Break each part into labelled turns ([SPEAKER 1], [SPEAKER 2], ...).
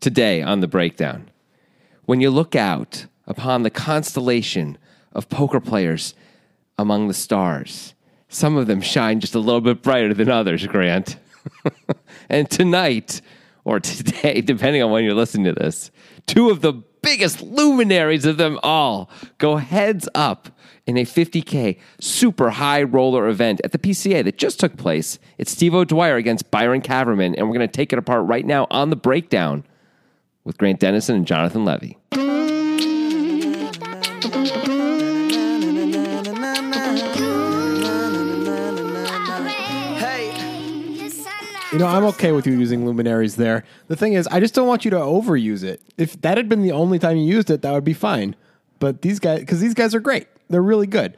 [SPEAKER 1] Today on the breakdown, when you look out upon the constellation of poker players among the stars, some of them shine just a little bit brighter than others, Grant. and tonight, or today, depending on when you're listening to this, two of the biggest luminaries of them all go heads up in a 50K super high roller event at the PCA that just took place. It's Steve O'Dwyer against Byron Caverman, and we're going to take it apart right now on the breakdown with Grant Dennison and Jonathan Levy.
[SPEAKER 2] You know, I'm okay with you using luminaries there. The thing is, I just don't want you to overuse it. If that had been the only time you used it, that would be fine. But these guys, because these guys are great, they're really good.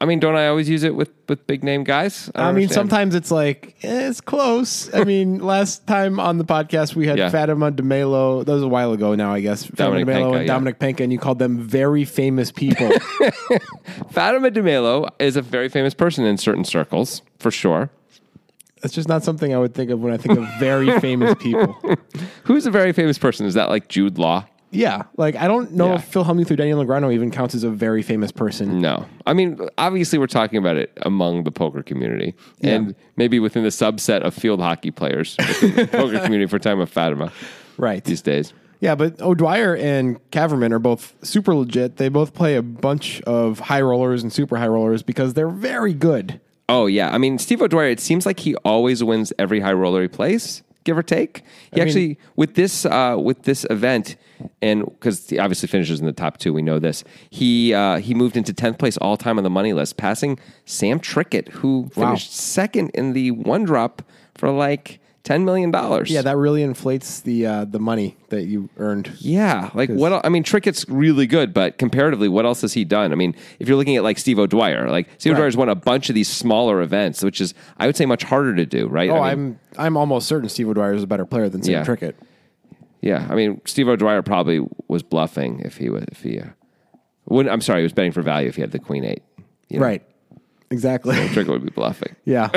[SPEAKER 1] I mean, don't I always use it with, with big name guys?
[SPEAKER 2] I,
[SPEAKER 1] don't
[SPEAKER 2] mean,
[SPEAKER 1] understand.
[SPEAKER 2] sometimes it's like eh, it's close. I mean, last time on the podcast we had
[SPEAKER 1] Yeah.
[SPEAKER 2] Fatima DeMelo. That was a while ago now, I guess. Fatima
[SPEAKER 1] Dominic
[SPEAKER 2] DeMelo
[SPEAKER 1] Penka,
[SPEAKER 2] and
[SPEAKER 1] yeah.
[SPEAKER 2] Dominic Penka, and you called them very famous people.
[SPEAKER 1] Fatima DeMelo is a very famous person in certain circles, for sure.
[SPEAKER 2] That's just not something I would think of when I think of very famous people.
[SPEAKER 1] Who's a very famous person? Is that like Jude Law?
[SPEAKER 2] Yeah, like I don't know
[SPEAKER 1] Yeah.
[SPEAKER 2] if Phil Hellmuth or Daniel Negreanu even counts as a very famous person.
[SPEAKER 1] No. I mean, obviously, we're talking about it among the poker community and maybe within the subset of field hockey players within the poker community for time of Fatima
[SPEAKER 2] Right.
[SPEAKER 1] these days.
[SPEAKER 2] Yeah, but O'Dwyer and Caverman are both super legit. They both play a bunch of high rollers and super high rollers because they're very good.
[SPEAKER 1] Oh, yeah. I mean, Steve O'Dwyer, it seems like he always wins every high roller he plays. Give or take, he
[SPEAKER 2] I mean-
[SPEAKER 1] actually with this uh, with this event, and because he obviously finishes in the top two, we know this. He uh, he moved into tenth place all time on the money list, passing Sam Trickett, who
[SPEAKER 2] Wow.
[SPEAKER 1] finished second in the one drop for like ten million dollars.
[SPEAKER 2] Yeah, that really inflates the uh, the money that you earned.
[SPEAKER 1] Yeah, like what? el- I mean, Trickett's really good, but comparatively, what else has he done? I mean, if you're looking at like Steve O'Dwyer, like Steve O'Dwyer's won a bunch of these smaller events, which is I would say much harder to do, right?
[SPEAKER 2] Oh,
[SPEAKER 1] I mean,
[SPEAKER 2] I'm I'm almost certain Steve O'Dwyer is a better player than Sam
[SPEAKER 1] Yeah.
[SPEAKER 2] Trickett.
[SPEAKER 1] yeah. I mean, Steve O'Dwyer probably was bluffing if he was if he. Uh, would I'm sorry, he was betting for value if he had the Queen Eight. you know?
[SPEAKER 2] Right. Exactly.
[SPEAKER 1] Trickett would be bluffing.
[SPEAKER 2] yeah.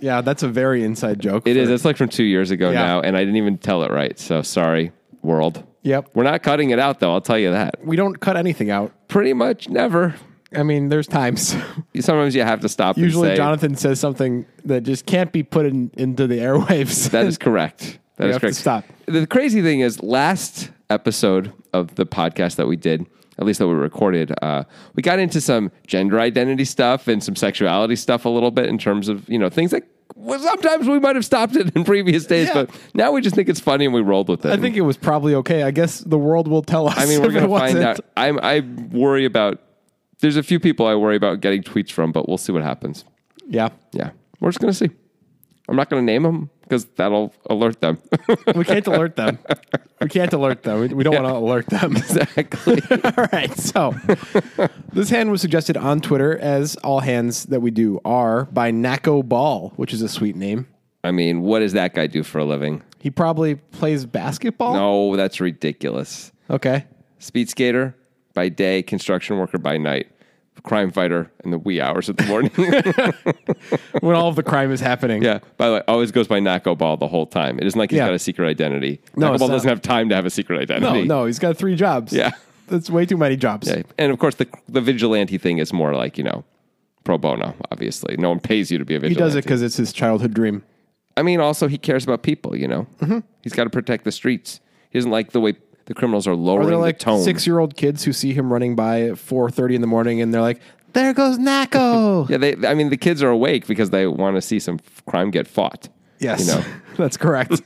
[SPEAKER 2] yeah, that's a very inside joke.
[SPEAKER 1] It is. It's like from two years ago
[SPEAKER 2] Yeah.
[SPEAKER 1] now, and I didn't even tell it right. So sorry, world.
[SPEAKER 2] Yep.
[SPEAKER 1] We're not cutting it out though. I'll tell you that.
[SPEAKER 2] We don't cut anything out.
[SPEAKER 1] Pretty much never.
[SPEAKER 2] I mean, there's times.
[SPEAKER 1] Sometimes you have to stop.
[SPEAKER 2] Usually
[SPEAKER 1] and say,
[SPEAKER 2] Jonathan says something that just can't be put in, into the airwaves.
[SPEAKER 1] That is correct. That
[SPEAKER 2] You
[SPEAKER 1] is
[SPEAKER 2] have to
[SPEAKER 1] correct.
[SPEAKER 2] stop.
[SPEAKER 1] The crazy thing is, last episode of the podcast that we did, at least that we recorded, uh, we got into some gender identity stuff and some sexuality stuff a little bit in terms of you know things that well, sometimes we might have stopped it in previous days,
[SPEAKER 2] Yeah.
[SPEAKER 1] but now we just think it's funny and we rolled with it.
[SPEAKER 2] I think it was probably okay. I guess the world will tell us.
[SPEAKER 1] I mean, we're
[SPEAKER 2] if it
[SPEAKER 1] going to find
[SPEAKER 2] wasn't.
[SPEAKER 1] out. I'm, I worry about. There's a few people I worry about getting tweets from, but we'll see what happens.
[SPEAKER 2] Yeah,
[SPEAKER 1] Yeah, we're just going to see. I'm not going to name them because that'll alert them.
[SPEAKER 2] we can't alert them. We can't alert them. We, we don't want to alert them.
[SPEAKER 1] exactly.
[SPEAKER 2] all right. So this hand was suggested on Twitter as all hands that we do are by Naco Ball, which is a sweet name.
[SPEAKER 1] I mean, what does that guy do for a living?
[SPEAKER 2] He probably plays basketball.
[SPEAKER 1] No, that's ridiculous.
[SPEAKER 2] Okay.
[SPEAKER 1] Speed skater by day, construction worker by night, crime fighter in the wee hours of the morning.
[SPEAKER 2] When all of the crime is happening.
[SPEAKER 1] yeah. By the way, always goes by Naco Ball the whole time. It isn't like he's
[SPEAKER 2] Yeah.
[SPEAKER 1] got a secret identity.
[SPEAKER 2] No,
[SPEAKER 1] Naco
[SPEAKER 2] it's
[SPEAKER 1] Ball
[SPEAKER 2] not.
[SPEAKER 1] doesn't have time to have a secret
[SPEAKER 2] No,
[SPEAKER 1] identity.
[SPEAKER 2] no, he's got three jobs.
[SPEAKER 1] Yeah.
[SPEAKER 2] That's way too many jobs.
[SPEAKER 1] Okay. And of course, the the vigilante thing is more like you know, pro bono. Obviously, no one pays you to be a
[SPEAKER 2] He
[SPEAKER 1] vigilante.
[SPEAKER 2] does it because it's his childhood dream.
[SPEAKER 1] I mean, also he cares about people. You know,
[SPEAKER 2] Mm-hmm.
[SPEAKER 1] he's got to protect the streets. He doesn't like the way the criminals are
[SPEAKER 2] Are
[SPEAKER 1] lowering
[SPEAKER 2] there like
[SPEAKER 1] the tone.
[SPEAKER 2] six-year-old kids who see him running by at four thirty in the morning and they're like, "There goes Naco."
[SPEAKER 1] Yeah, they. I mean, the kids are awake because they want to see some f- crime get fought.
[SPEAKER 2] Yes,
[SPEAKER 1] you know.
[SPEAKER 2] that's correct.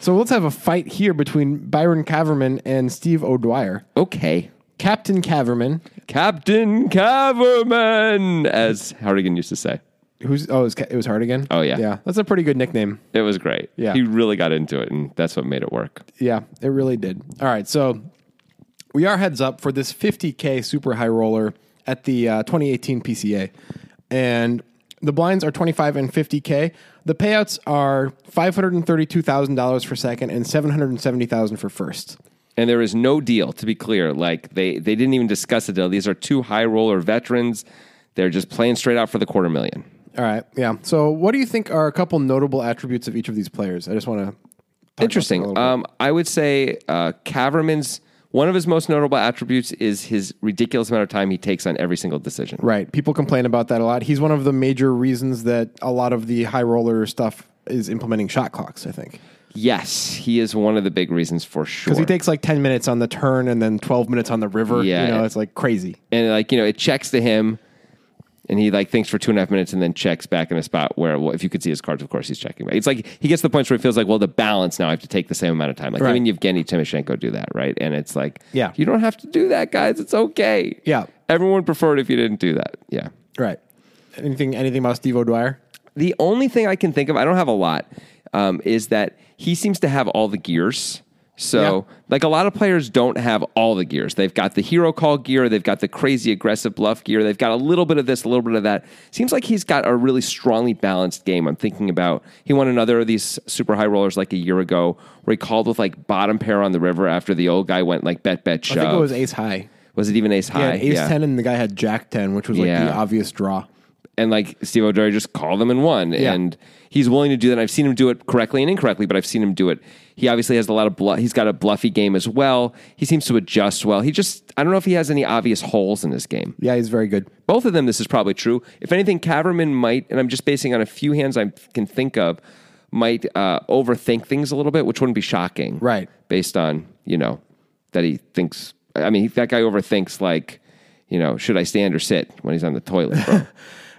[SPEAKER 2] so let's have a fight here between Byron Caverman and Steve O'Dwyer.
[SPEAKER 1] Okay,
[SPEAKER 2] Captain Caverman,
[SPEAKER 1] Captain Caverman, as Hardigan used to say.
[SPEAKER 2] who's oh, it was, Ca- it was Hardigan.
[SPEAKER 1] Oh, yeah.
[SPEAKER 2] yeah, that's a pretty good nickname.
[SPEAKER 1] It was great.
[SPEAKER 2] Yeah.
[SPEAKER 1] he really got into it, and that's what made it work.
[SPEAKER 2] Yeah, it really did. All right, so we are heads up for this 50k super high roller at the uh, 2018 PCA, and the blinds are 25 and 50k. The payouts are five hundred and thirty-two thousand dollars for second and seven hundred and seventy thousand for first.
[SPEAKER 1] And there is no deal, to be clear. Like they, they didn't even discuss a deal. These are two high roller veterans. They're just playing straight out for the quarter million.
[SPEAKER 2] All right, yeah. So, what do you think are a couple notable attributes of each of these players? I just want to about that a little
[SPEAKER 1] Interesting.
[SPEAKER 2] bit.
[SPEAKER 1] Um, I would say uh, Caverman's one of his most notable attributes is his ridiculous amount of time he takes on every single decision.
[SPEAKER 2] Right. People complain about that a lot. He's one of the major reasons that a lot of the high roller stuff is implementing shot clocks, I think.
[SPEAKER 1] Yes, he is one of the big reasons for sure.
[SPEAKER 2] Because he takes like 10 minutes on the turn and then 12 minutes on the river.
[SPEAKER 1] Yeah.
[SPEAKER 2] You know, it's like crazy.
[SPEAKER 1] and like you know, it checks to him, and he like thinks for two and a half minutes, and then checks back in a spot where, well, if you could see his cards, of course he's checking. back. It's like he gets to the point where he feels like, well, the balance now I have to take the same amount of time. Like
[SPEAKER 2] Right.
[SPEAKER 1] him and Yevgeny Timoshenko do that, right? And it's like,
[SPEAKER 2] Yeah.
[SPEAKER 1] you don't have to do that, guys. It's okay.
[SPEAKER 2] Yeah.
[SPEAKER 1] everyone would prefer it if you didn't do that. Yeah.
[SPEAKER 2] Right. Anything anything about Steve O'Dwyer?
[SPEAKER 1] The only thing I can think of, I don't have a lot, um, is that he seems to have all the gears. So, like a lot of players don't have all the gears. They've got the hero call gear, they've got the crazy aggressive bluff gear, they've got a little bit of this, a little bit of that. Seems like he's got a really strongly balanced game. I'm thinking about he won another of these super high rollers like a year ago where he called with like bottom pair on the river after the old guy went like bet bet
[SPEAKER 2] I
[SPEAKER 1] shove.
[SPEAKER 2] think it was ace high.
[SPEAKER 1] Was it even ace
[SPEAKER 2] He
[SPEAKER 1] high?
[SPEAKER 2] had ace
[SPEAKER 1] Yeah.
[SPEAKER 2] 10 and the guy had jack 10, which was like the
[SPEAKER 1] Yeah.
[SPEAKER 2] obvious draw.
[SPEAKER 1] and like Steve O'Dory just called them and won.
[SPEAKER 2] Yeah.
[SPEAKER 1] And he's willing to do that. I've seen him do it correctly and incorrectly, but I've seen him do it. He obviously has a lot of bluff. He's got a bluffy game as well. He seems to adjust well. He just, I don't know if he has any obvious holes in his game.
[SPEAKER 2] Yeah, he's very good.
[SPEAKER 1] Both of them, this is probably true. If anything, Caverman might, and I'm just basing on a few hands I can think of, might uh, overthink things a little bit, which wouldn't be shocking.
[SPEAKER 2] Right.
[SPEAKER 1] Based on, you know, that he thinks, I mean, that guy overthinks like, you know, should I stand or sit when he's on the toilet, bro?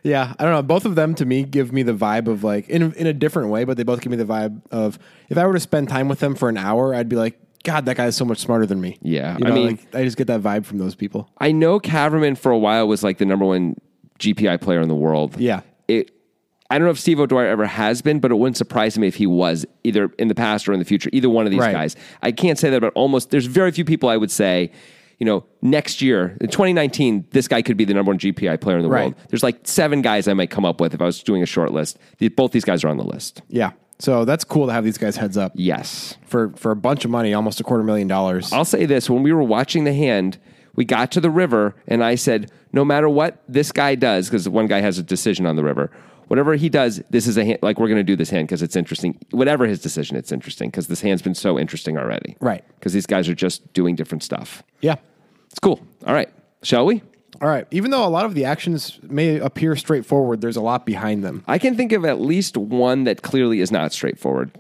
[SPEAKER 2] Yeah, I don't know. Both of them to me give me the vibe of like in in a different way, but they both give me the vibe of if I were to spend time with them for an hour, I'd be like, God, that guy is so much smarter than me.
[SPEAKER 1] Yeah,
[SPEAKER 2] You
[SPEAKER 1] I
[SPEAKER 2] know,
[SPEAKER 1] mean-
[SPEAKER 2] like, I just get that vibe from those people.
[SPEAKER 1] I know Caverman for a while was like the number one GPI player in the world.
[SPEAKER 2] Yeah.
[SPEAKER 1] It I don't know if Steve O'Dwyer ever has been, but it wouldn't surprise me if he was either in the past or in the future, either one of these
[SPEAKER 2] Right.
[SPEAKER 1] guys. I can't say that about almost there's very few people I would say, you know, next year, in 2019, this guy could be the number one GPI player in the
[SPEAKER 2] Right.
[SPEAKER 1] world. There's like seven guys I might come up with if I was doing a short list. The- Both these guys are on the list.
[SPEAKER 2] Yeah, so that's cool to have these guys heads up
[SPEAKER 1] Yes.
[SPEAKER 2] for for a bunch of money, almost a quarter million dollars.
[SPEAKER 1] I'll say this when we were watching the hand, we got to the river, and I said, no matter what this guy does, because one guy has a decision on the river, whatever he does, this is a hand, like we're going to do this hand because it's interesting. Whatever his decision, it's interesting because this hand's been so interesting already.
[SPEAKER 2] Right.
[SPEAKER 1] Because these guys are just doing different stuff.
[SPEAKER 2] Yeah.
[SPEAKER 1] It's cool. All right. Shall we?
[SPEAKER 2] All right. Even though a lot of the actions may appear straightforward, there's a lot behind them.
[SPEAKER 1] I can think of at least one that clearly is not straightforward.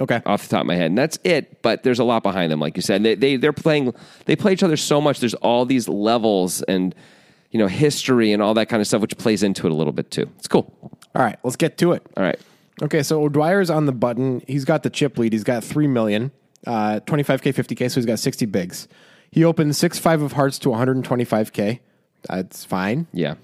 [SPEAKER 2] Okay.
[SPEAKER 1] off the top of my head, and that's it. But there's a lot behind them, like you said. They, they they're playing, they play each other so much. There's all these levels and you know history and all that kind of stuff, which plays into it a little bit too. It's cool.
[SPEAKER 2] All right. Let's get to it.
[SPEAKER 1] All right,
[SPEAKER 2] Okay, so O'Dwyer's on the button. He's got the chip lead. He's got three million, uh, 25k, 50k. So he's got 60 bigs. He opened six five of hearts to 125k. That's fine.
[SPEAKER 1] yeah,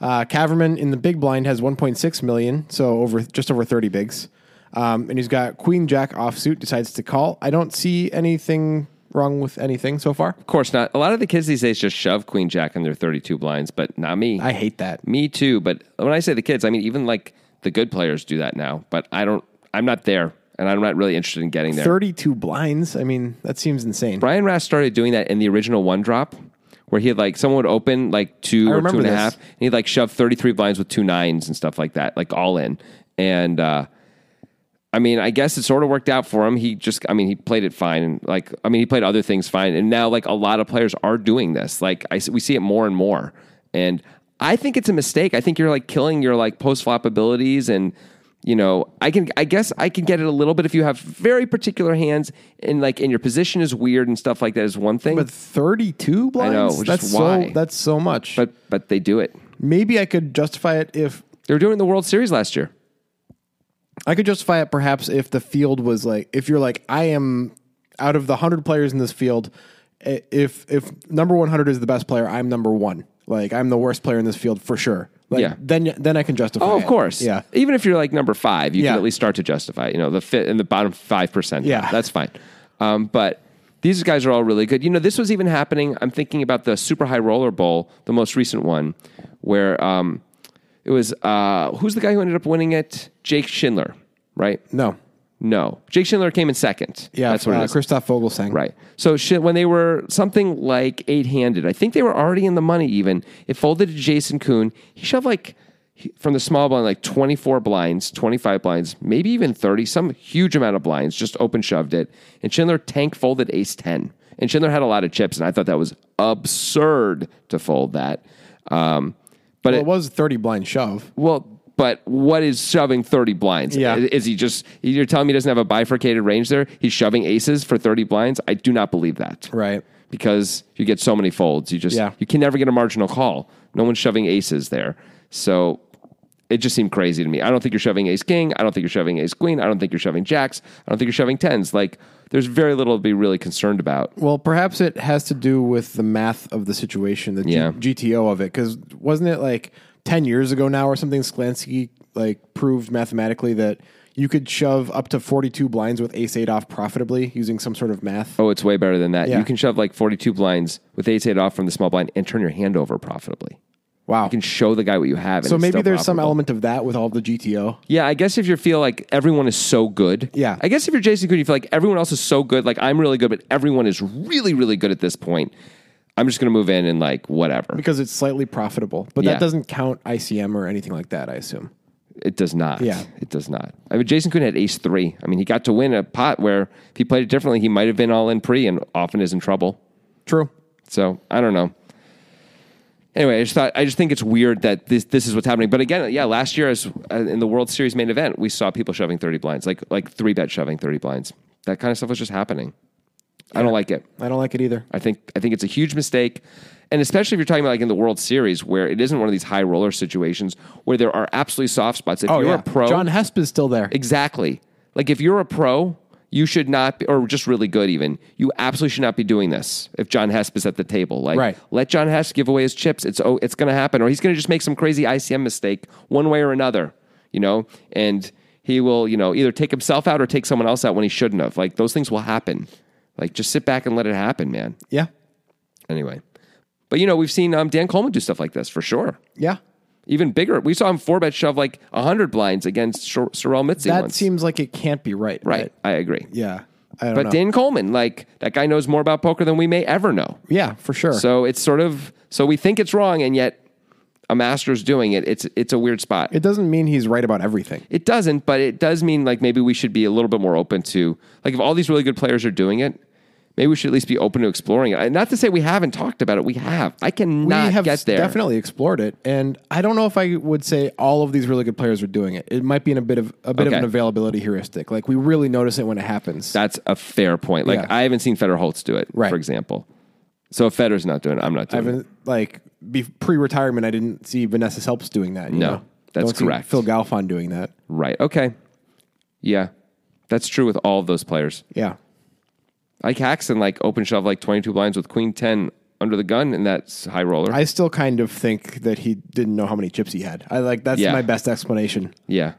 [SPEAKER 2] Uh, Caverman in the big blind has 1.6 million, so over just over 30 bigs. Um, and he's got Queen Jack offsuit. Decides to call. I don't see anything wrong with anything so far.
[SPEAKER 1] of course not. A lot of the kids these days just shove Queen Jack in their 32 blinds, but not me.
[SPEAKER 2] I hate that.
[SPEAKER 1] me too. But when I say the kids, I mean even like the good players do that now. But I don't. I'm not there, and I'm not really interested in getting there.
[SPEAKER 2] 32 blinds. I mean, that seems insane.
[SPEAKER 1] Brian Rass started doing that in the original one drop, where he had like someone would open like two or two
[SPEAKER 2] remember
[SPEAKER 1] and a
[SPEAKER 2] this.
[SPEAKER 1] half, and he'd like shove thirty three blinds with two nines and stuff like that, like all in. And uh, I mean, I guess it sort of worked out for him. He just, I mean, he played it fine, and like, I mean, he played other things fine, and now like a lot of players are doing this. Like, I s- we see it more and more, and I think it's a mistake. I think you're like killing your like post flop abilities, and you know, I can, I guess, I can get it a little bit if you have very particular hands, and like, and your position is weird and stuff like that is one thing,
[SPEAKER 2] But
[SPEAKER 1] but
[SPEAKER 2] 32 blinds?
[SPEAKER 1] know, which is
[SPEAKER 2] that's
[SPEAKER 1] why.
[SPEAKER 2] so that's so much.
[SPEAKER 1] but, they do it.
[SPEAKER 2] maybe I could justify it if
[SPEAKER 1] They were doing it in the World Series last year.
[SPEAKER 2] I could justify it perhaps if the field was like if you're like I am out of the 100 players in this field i- if if number 100 is the best player I'm number 1 like I'm the worst player in this field for sure like
[SPEAKER 1] Yeah.
[SPEAKER 2] then then I can justify
[SPEAKER 1] Oh, of
[SPEAKER 2] it.
[SPEAKER 1] course.
[SPEAKER 2] yeah
[SPEAKER 1] Even if you're like number five, you
[SPEAKER 2] Yeah.
[SPEAKER 1] can at least start to justify. it. You know, the fit in the bottom five percent.
[SPEAKER 2] Yeah.
[SPEAKER 1] that's fine. Um, but these guys are all really good. You know, this was even happening. I'm thinking about the Super High Roller Bowl, the most recent one, where um, it was uh, who's the guy who ended up winning it? Jake Schindler, right?
[SPEAKER 2] no
[SPEAKER 1] No, Jake Schindler came in second.
[SPEAKER 2] yeah
[SPEAKER 1] that's what
[SPEAKER 2] uh,
[SPEAKER 1] it is.
[SPEAKER 2] Christoph Vogelsang
[SPEAKER 1] Right. So shit, when they were something like eight handed, I think they were already in the money even. It folded to Jason Kuhn. He shoved like he- from the small blind, like 24 blinds, 25 blinds, maybe even 30, some huge amount of blinds, just open shoved it. And Schindler tank folded ace 10. And Schindler had a lot of chips, and I thought that was absurd to fold that. Um, but
[SPEAKER 2] Well,
[SPEAKER 1] it-
[SPEAKER 2] it was a 30 blind shove.
[SPEAKER 1] well, but what is shoving 30 blinds?
[SPEAKER 2] Yeah.
[SPEAKER 1] Is he just, you're telling me he doesn't have a bifurcated range there? He's shoving aces for 30 blinds? I do not believe that.
[SPEAKER 2] Right.
[SPEAKER 1] Because you get so many folds. You just,
[SPEAKER 2] Yeah.
[SPEAKER 1] you can never get a marginal call. No one's shoving aces there. So it just seemed crazy to me. I don't think you're shoving ace king. I don't think you're shoving ace queen. I don't think you're shoving jacks. I don't think you're shoving tens. Like, there's very little to be really concerned about.
[SPEAKER 2] Well, perhaps it has to do with the math of the situation, the G-
[SPEAKER 1] Yeah.
[SPEAKER 2] GTO of it, because wasn't it like ten years ago now or something? Sklansky like proved mathematically that you could shove up to forty-two blinds with ace eight off profitably using some sort of math.
[SPEAKER 1] Oh, it's way better than that.
[SPEAKER 2] Yeah.
[SPEAKER 1] You can shove like 42 blinds with ace 8 off from the small blind and turn your hand over profitably.
[SPEAKER 2] Wow.
[SPEAKER 1] You can show the guy what you have. And
[SPEAKER 2] So
[SPEAKER 1] it's
[SPEAKER 2] maybe
[SPEAKER 1] still
[SPEAKER 2] there's some
[SPEAKER 1] profitable.
[SPEAKER 2] element of that with all the GTO.
[SPEAKER 1] Yeah, I guess if you feel like everyone is so good.
[SPEAKER 2] Yeah.
[SPEAKER 1] I guess if you're Jason Kuhn, you feel like everyone else is so good. Like I'm really good, but everyone is really, really good at this point. I'm just going to move in and like whatever.
[SPEAKER 2] Because it's slightly profitable, but
[SPEAKER 1] Yeah.
[SPEAKER 2] that doesn't count ICM or anything like that. I assume.
[SPEAKER 1] It does not.
[SPEAKER 2] Yeah.
[SPEAKER 1] It does not. I mean, Jason Kuhn had ace three. I mean, he got to win a pot where if he played it differently, he might have been all in pre and often is in trouble.
[SPEAKER 2] True.
[SPEAKER 1] So I don't know. Anyway, I just thought I just think it's weird that this this is what's happening. But again, yeah, last year as uh, in the World Series main event, we saw people shoving thirty blinds, like like three bet shoving thirty blinds. That kind of stuff was just happening. I don't like it.
[SPEAKER 2] I don't like it either.
[SPEAKER 1] I think I think it's a huge mistake, and especially if you're talking about like in the World Series where it isn't one of these high roller situations where there are absolutely soft spots. If you're a pro,
[SPEAKER 2] Oh, John Hesp is still there.
[SPEAKER 1] Exactly. Like if you're a pro, you should not, be, or just really good even, you absolutely should not be doing this. If John Hesp is at the table, like
[SPEAKER 2] Right.
[SPEAKER 1] let John Hesp give away his chips. It's oh, it's going to happen, or he's going to just make some crazy ICM mistake one way or another, you know, and he will, you know, either take himself out or take someone else out when he shouldn't have. Like those things will happen. Like just sit back and let it happen, man.
[SPEAKER 2] Yeah.
[SPEAKER 1] Anyway, but you know we've seen um, Dan Coleman do stuff like this for sure.
[SPEAKER 2] Yeah.
[SPEAKER 1] Even bigger, we saw him four bet shove like hundred blinds against Sor- Sorrel Mitzi.
[SPEAKER 2] That
[SPEAKER 1] once.
[SPEAKER 2] seems like it can't be right.
[SPEAKER 1] Right. I agree.
[SPEAKER 2] Yeah. I don't
[SPEAKER 1] But
[SPEAKER 2] know.
[SPEAKER 1] Dan Coleman, like that guy knows more about poker than we may ever know.
[SPEAKER 2] yeah, for sure.
[SPEAKER 1] So it's sort of so we think it's wrong and yet a master's doing it. It's it's a weird spot.
[SPEAKER 2] it doesn't mean he's right about everything.
[SPEAKER 1] It doesn't, but it does mean like maybe we should be a little bit more open to like if all these really good players are doing it, maybe we should at least be open to exploring it. And Not to say we haven't talked about it. We have. I cannot
[SPEAKER 2] we have
[SPEAKER 1] get there.
[SPEAKER 2] definitely explored it, and I don't know if I would say all of these really good players are doing it. It might be in a bit of a bit
[SPEAKER 1] Okay.
[SPEAKER 2] of an availability heuristic. Like we really notice it when it happens.
[SPEAKER 1] That's a fair point. Like
[SPEAKER 2] Yeah.
[SPEAKER 1] I haven't seen Federer Holtz do it,
[SPEAKER 2] Right.
[SPEAKER 1] for example. So if Federer's not doing it, I'm not
[SPEAKER 2] I
[SPEAKER 1] doing it.
[SPEAKER 2] haven't like be, pre-retirement. I didn't see Vanessa Selps doing that. you
[SPEAKER 1] No,
[SPEAKER 2] know?
[SPEAKER 1] that's
[SPEAKER 2] Don't see
[SPEAKER 1] correct.
[SPEAKER 2] Phil Galfond doing that.
[SPEAKER 1] Right. Okay. Yeah. That's true with all of those players.
[SPEAKER 2] Yeah,
[SPEAKER 1] Ike Haxon like open shove like 22 blinds with queen 10 under the gun and that's high roller.
[SPEAKER 2] I still kind of think that he didn't know how many chips he had. I like that's
[SPEAKER 1] Yeah.
[SPEAKER 2] my best explanation.
[SPEAKER 1] yeah.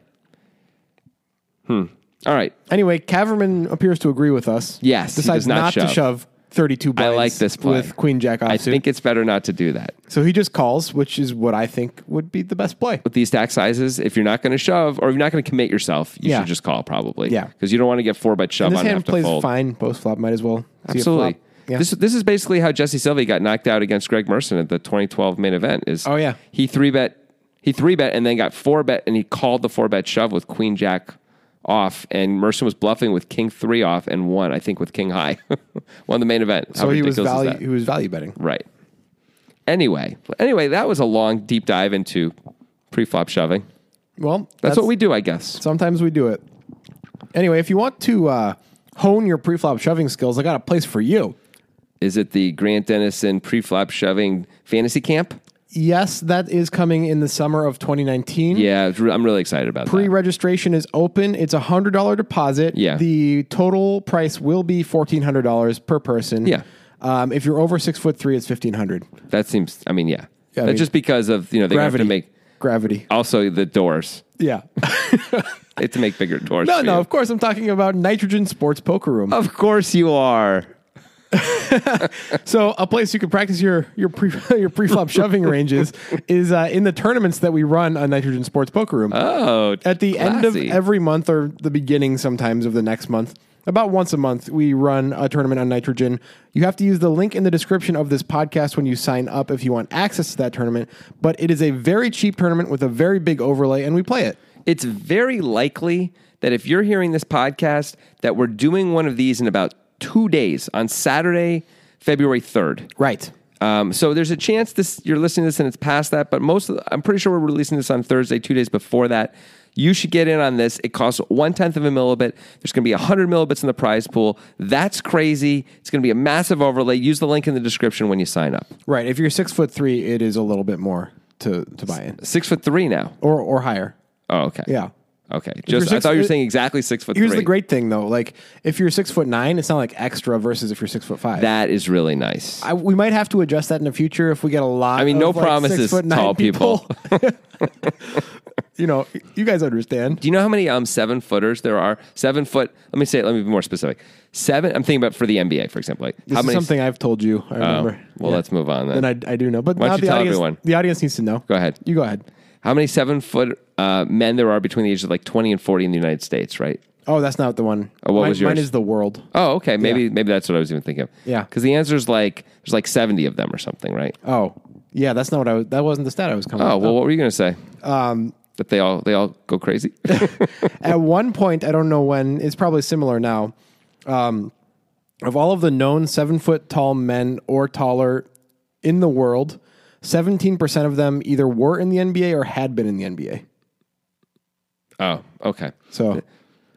[SPEAKER 1] Hmm. All right.
[SPEAKER 2] Anyway, Caverman appears to agree with us.
[SPEAKER 1] Yes, he
[SPEAKER 2] decides
[SPEAKER 1] does not
[SPEAKER 2] to
[SPEAKER 1] shove.
[SPEAKER 2] shove thirty-two. Blinds
[SPEAKER 1] like this play.
[SPEAKER 2] with Queen Jack offsuit.
[SPEAKER 1] I think it's better not to do that.
[SPEAKER 2] So he just calls, which is what I think would be the best play.
[SPEAKER 1] With these stack sizes, if you're not going to shove or if you're not going to commit yourself, you
[SPEAKER 2] Yeah.
[SPEAKER 1] should just call probably.
[SPEAKER 2] Yeah.
[SPEAKER 1] Because you don't want to get four bet shove
[SPEAKER 2] This
[SPEAKER 1] on and
[SPEAKER 2] hand
[SPEAKER 1] have to
[SPEAKER 2] plays
[SPEAKER 1] fold.
[SPEAKER 2] fine. Post flop might as well. see a flop.
[SPEAKER 1] Absolutely.
[SPEAKER 2] Yeah.
[SPEAKER 1] This this is basically how Jesse Sylvie got knocked out against Greg Merson at the 2012 main event. Is
[SPEAKER 2] Oh, yeah.
[SPEAKER 1] he three bet he three bet and then got four bet and he called the four bet shove with Queen Jack off and Merson was bluffing with King three off and won I think with King high won the main event. How
[SPEAKER 2] so he
[SPEAKER 1] ridiculous
[SPEAKER 2] was
[SPEAKER 1] is
[SPEAKER 2] value.
[SPEAKER 1] that?
[SPEAKER 2] He was value betting.
[SPEAKER 1] right. Anyway, anyway, that was a long deep dive into pre-flop shoving.
[SPEAKER 2] Well,
[SPEAKER 1] That's, what we do, I guess.
[SPEAKER 2] sometimes we do it. Anyway, if you want to uh, hone your preflop shoving skills, I got a place for you.
[SPEAKER 1] Is it the Grant Dennison pre-flop shoving fantasy camp?
[SPEAKER 2] Yes, that is coming in the summer of 2019.
[SPEAKER 1] Yeah, it's re- I'm really excited about that.
[SPEAKER 2] Pre-registration is open. It's a hundred dollar deposit.
[SPEAKER 1] Yeah.
[SPEAKER 2] The total price will be fourteen hundred dollars per person.
[SPEAKER 1] Yeah.
[SPEAKER 2] Um, if you're over six foot three, it's fifteen hundred.
[SPEAKER 1] That seems. I mean, yeah.
[SPEAKER 2] Yeah, I
[SPEAKER 1] That's
[SPEAKER 2] mean-
[SPEAKER 1] just because of you know they have
[SPEAKER 2] Gravity.
[SPEAKER 1] to make
[SPEAKER 2] Gravity.
[SPEAKER 1] also the doors.
[SPEAKER 2] Yeah.
[SPEAKER 1] They have to make bigger doors.
[SPEAKER 2] No,
[SPEAKER 1] for
[SPEAKER 2] no,
[SPEAKER 1] you.
[SPEAKER 2] of course I'm talking about Nitrogen Sports Poker Room.
[SPEAKER 1] Of course you are.
[SPEAKER 2] so a place you can practice your your pre your preflop shoving ranges is uh, in the tournaments that we run on Nitrogen Sports Poker Room.
[SPEAKER 1] Oh,
[SPEAKER 2] At the end of
[SPEAKER 1] classy.
[SPEAKER 2] every month or the beginning sometimes of the next month, About once a month, we run a tournament on nitrogen. You have to use the link in the description of this podcast when you sign up if you want access to that tournament. But it is a very cheap tournament with a very big overlay, and we play it.
[SPEAKER 1] It's very likely that if you're hearing this podcast, that we're doing one of these in about two days on Saturday, February 3rd.
[SPEAKER 2] Right.
[SPEAKER 1] Um, so there's a chance this you're listening to this and it's past that, but most of the, I'm pretty sure we're releasing this on Thursday, two days before that. You should get in on this. It costs one tenth of a millibit. There's going to be hundred millibits in the prize pool. That's crazy. It's going to be a massive overlay. Use the link in the description when you sign up.
[SPEAKER 2] Right. If you're six foot three, it is a little bit more to, to buy in
[SPEAKER 1] Six foot three now.
[SPEAKER 2] or, or higher.
[SPEAKER 1] Oh, okay.
[SPEAKER 2] Yeah.
[SPEAKER 1] Okay. Just I
[SPEAKER 2] six-
[SPEAKER 1] thought you were saying exactly six foot
[SPEAKER 2] Here's
[SPEAKER 1] three.
[SPEAKER 2] the great thing, though. Like, if you're six foot nine, it's not like extra versus if you're six foot five.
[SPEAKER 1] that is really nice.
[SPEAKER 2] I, we might have to adjust that in the future if we get a lot.
[SPEAKER 1] I mean,
[SPEAKER 2] of,
[SPEAKER 1] no
[SPEAKER 2] like,
[SPEAKER 1] promises,
[SPEAKER 2] six foot nine
[SPEAKER 1] tall people.
[SPEAKER 2] you know, you guys understand.
[SPEAKER 1] Do you know how many um seven footers there are? Seven foot. Let me say. Let me be more specific. Seven. I'm thinking about for the NBA, for example. Like
[SPEAKER 2] This
[SPEAKER 1] how
[SPEAKER 2] is
[SPEAKER 1] many?
[SPEAKER 2] something I've told you. I
[SPEAKER 1] oh,
[SPEAKER 2] remember.
[SPEAKER 1] well, let's move on then.
[SPEAKER 2] and I, I do know, but
[SPEAKER 1] Why don't
[SPEAKER 2] now
[SPEAKER 1] you
[SPEAKER 2] the
[SPEAKER 1] tell
[SPEAKER 2] audience,
[SPEAKER 1] everyone?
[SPEAKER 2] the audience needs to know.
[SPEAKER 1] Go ahead.
[SPEAKER 2] You go ahead.
[SPEAKER 1] How many seven foot uh, men there are between the ages of like 20 and 40 in the United States, right?
[SPEAKER 2] Oh, that's not the one.
[SPEAKER 1] Oh, what
[SPEAKER 2] mine,
[SPEAKER 1] was yours?
[SPEAKER 2] Mine is the world.
[SPEAKER 1] Oh, okay. Maybe maybe that's what I was even thinking of.
[SPEAKER 2] Yeah.
[SPEAKER 1] Because the answer is like, there's like 70 of them or something, right?
[SPEAKER 2] Oh, yeah, that's not what I was. That wasn't the stat I was coming.
[SPEAKER 1] Oh,
[SPEAKER 2] up
[SPEAKER 1] well, what were you going to say? Um, that they all they all go crazy?
[SPEAKER 2] At one point, I don't know when, it's probably similar now. Um, of all of the known seven foot tall men or taller in the world, 17% of them either were in the NBA or had been in the NBA.
[SPEAKER 1] oh, okay.
[SPEAKER 2] So,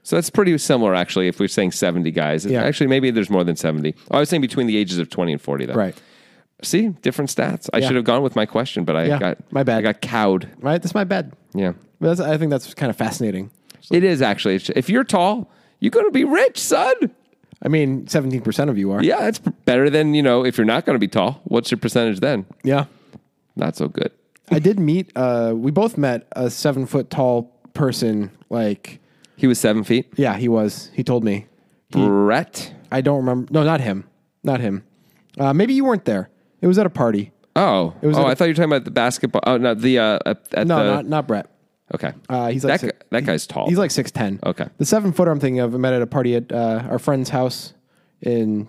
[SPEAKER 1] So that's pretty similar, actually, if we're saying 70 guys.
[SPEAKER 2] Yeah.
[SPEAKER 1] Actually, maybe there's more than 70. Oh, I was saying between the ages of 20 and 40, though.
[SPEAKER 2] right.
[SPEAKER 1] See, different stats. I
[SPEAKER 2] Yeah.
[SPEAKER 1] should have gone with my question, but I
[SPEAKER 2] Yeah,
[SPEAKER 1] got
[SPEAKER 2] my bad.
[SPEAKER 1] I got cowed.
[SPEAKER 2] Right? That's my bad.
[SPEAKER 1] Yeah.
[SPEAKER 2] But that's, I think that's kind of fascinating.
[SPEAKER 1] It is actually. It's- If you're tall, you're going to be rich, son.
[SPEAKER 2] I mean, 17% of you are.
[SPEAKER 1] Yeah, that's better than, you know, if you're not going to be tall, what's your percentage then?
[SPEAKER 2] Yeah.
[SPEAKER 1] Not so good.
[SPEAKER 2] I did meet, uh, we both met a seven foot tall person. Like,
[SPEAKER 1] He was seven feet.
[SPEAKER 2] yeah, he was. He told me.
[SPEAKER 1] Brett.
[SPEAKER 2] I don't remember. No, not him. Not him. Uh, maybe you weren't there. It was at a party.
[SPEAKER 1] Oh,
[SPEAKER 2] was
[SPEAKER 1] oh,
[SPEAKER 2] at
[SPEAKER 1] I
[SPEAKER 2] a-
[SPEAKER 1] thought you were talking about the basketball. Oh, no, the, uh, at at
[SPEAKER 2] No,
[SPEAKER 1] the,
[SPEAKER 2] not not Brett.
[SPEAKER 1] okay.
[SPEAKER 2] Uh, he's
[SPEAKER 1] that,
[SPEAKER 2] like
[SPEAKER 1] gu-
[SPEAKER 2] six-
[SPEAKER 1] that guy's tall.
[SPEAKER 2] He's like six ten.
[SPEAKER 1] Okay.
[SPEAKER 2] The seven footer I'm thinking of I met at a party at uh, our friend's house in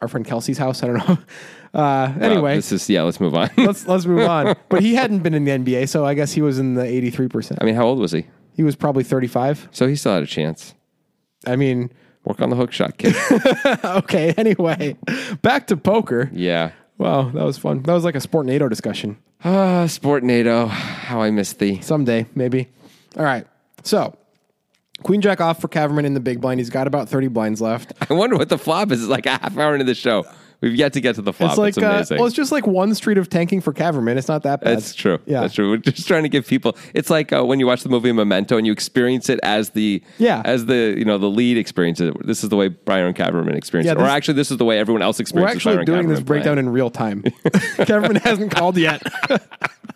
[SPEAKER 2] our friend Kelsey's house. I don't know. Uh,
[SPEAKER 1] Wow,
[SPEAKER 2] anyway,
[SPEAKER 1] this is, yeah, let's move on.
[SPEAKER 2] let's let's move on. But he hadn't been in the NBA, so I guess he was in the eighty three percent.
[SPEAKER 1] I mean, how old was he?
[SPEAKER 2] He was probably thirty five.
[SPEAKER 1] So he still had a chance.
[SPEAKER 2] I mean,
[SPEAKER 1] Work on the hook shot, kid.
[SPEAKER 2] okay. Anyway, back to poker.
[SPEAKER 1] yeah.
[SPEAKER 2] Wow, that was fun. That was like a sport NATO discussion.
[SPEAKER 1] Ah, Sport NATO. How I miss thee.
[SPEAKER 2] Someday, maybe. All right. So, Queen Jack off for Caverman in the big blind. He's got about 30 blinds left.
[SPEAKER 1] I wonder what the flop is. It's like a half hour into the show. We've yet to get to the flop.
[SPEAKER 2] It's like,
[SPEAKER 1] it's
[SPEAKER 2] uh,
[SPEAKER 1] amazing.
[SPEAKER 2] well, it's just like one street of tanking for Caverman. It's not that bad.
[SPEAKER 1] That's true.
[SPEAKER 2] Yeah.
[SPEAKER 1] that's true. We're just trying to give people. It's like uh, when you watch the movie Memento and you experience it as the
[SPEAKER 2] Yeah.
[SPEAKER 1] as the you know the lead experiences it. This is the way Byron Caberman experienced
[SPEAKER 2] Yeah,
[SPEAKER 1] it, or
[SPEAKER 2] this-
[SPEAKER 1] actually this is the way everyone else
[SPEAKER 2] We're
[SPEAKER 1] experiences.
[SPEAKER 2] actually
[SPEAKER 1] Byron
[SPEAKER 2] doing this
[SPEAKER 1] Kaverman
[SPEAKER 2] breakdown
[SPEAKER 1] playing.
[SPEAKER 2] in real time. Caverman hasn't called yet.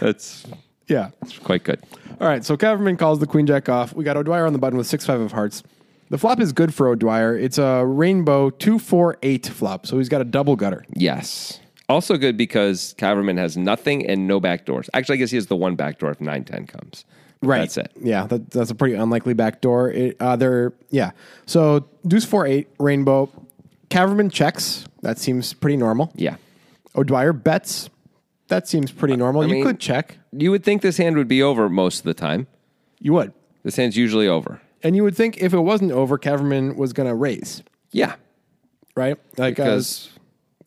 [SPEAKER 1] That's
[SPEAKER 2] yeah.
[SPEAKER 1] it's quite good.
[SPEAKER 2] All right. So, Caverman calls the Queen Jack off. We got O'Dwyer on the button with 6 5 of hearts. The flop is good for O'Dwyer. It's a rainbow 2 4 8 flop. So, he's got a double gutter.
[SPEAKER 1] Yes. Also good because Caberman has nothing and no back doors. Actually, I guess he has the one back door if nine ten comes.
[SPEAKER 2] Right.
[SPEAKER 1] That's it.
[SPEAKER 2] Yeah, that, that's a pretty unlikely backdoor. It, uh, they're yeah. So deuce four eight rainbow, Caverman checks. That seems pretty normal.
[SPEAKER 1] Yeah.
[SPEAKER 2] O'Dwyer bets. That seems pretty normal. you
[SPEAKER 1] mean-
[SPEAKER 2] could check.
[SPEAKER 1] You would think this hand would be over most of the time.
[SPEAKER 2] You would,
[SPEAKER 1] This hand's usually over.
[SPEAKER 2] and you would think if it wasn't over, Caverman was gonna raise,
[SPEAKER 1] Yeah.
[SPEAKER 2] right? Like uh,
[SPEAKER 1] Because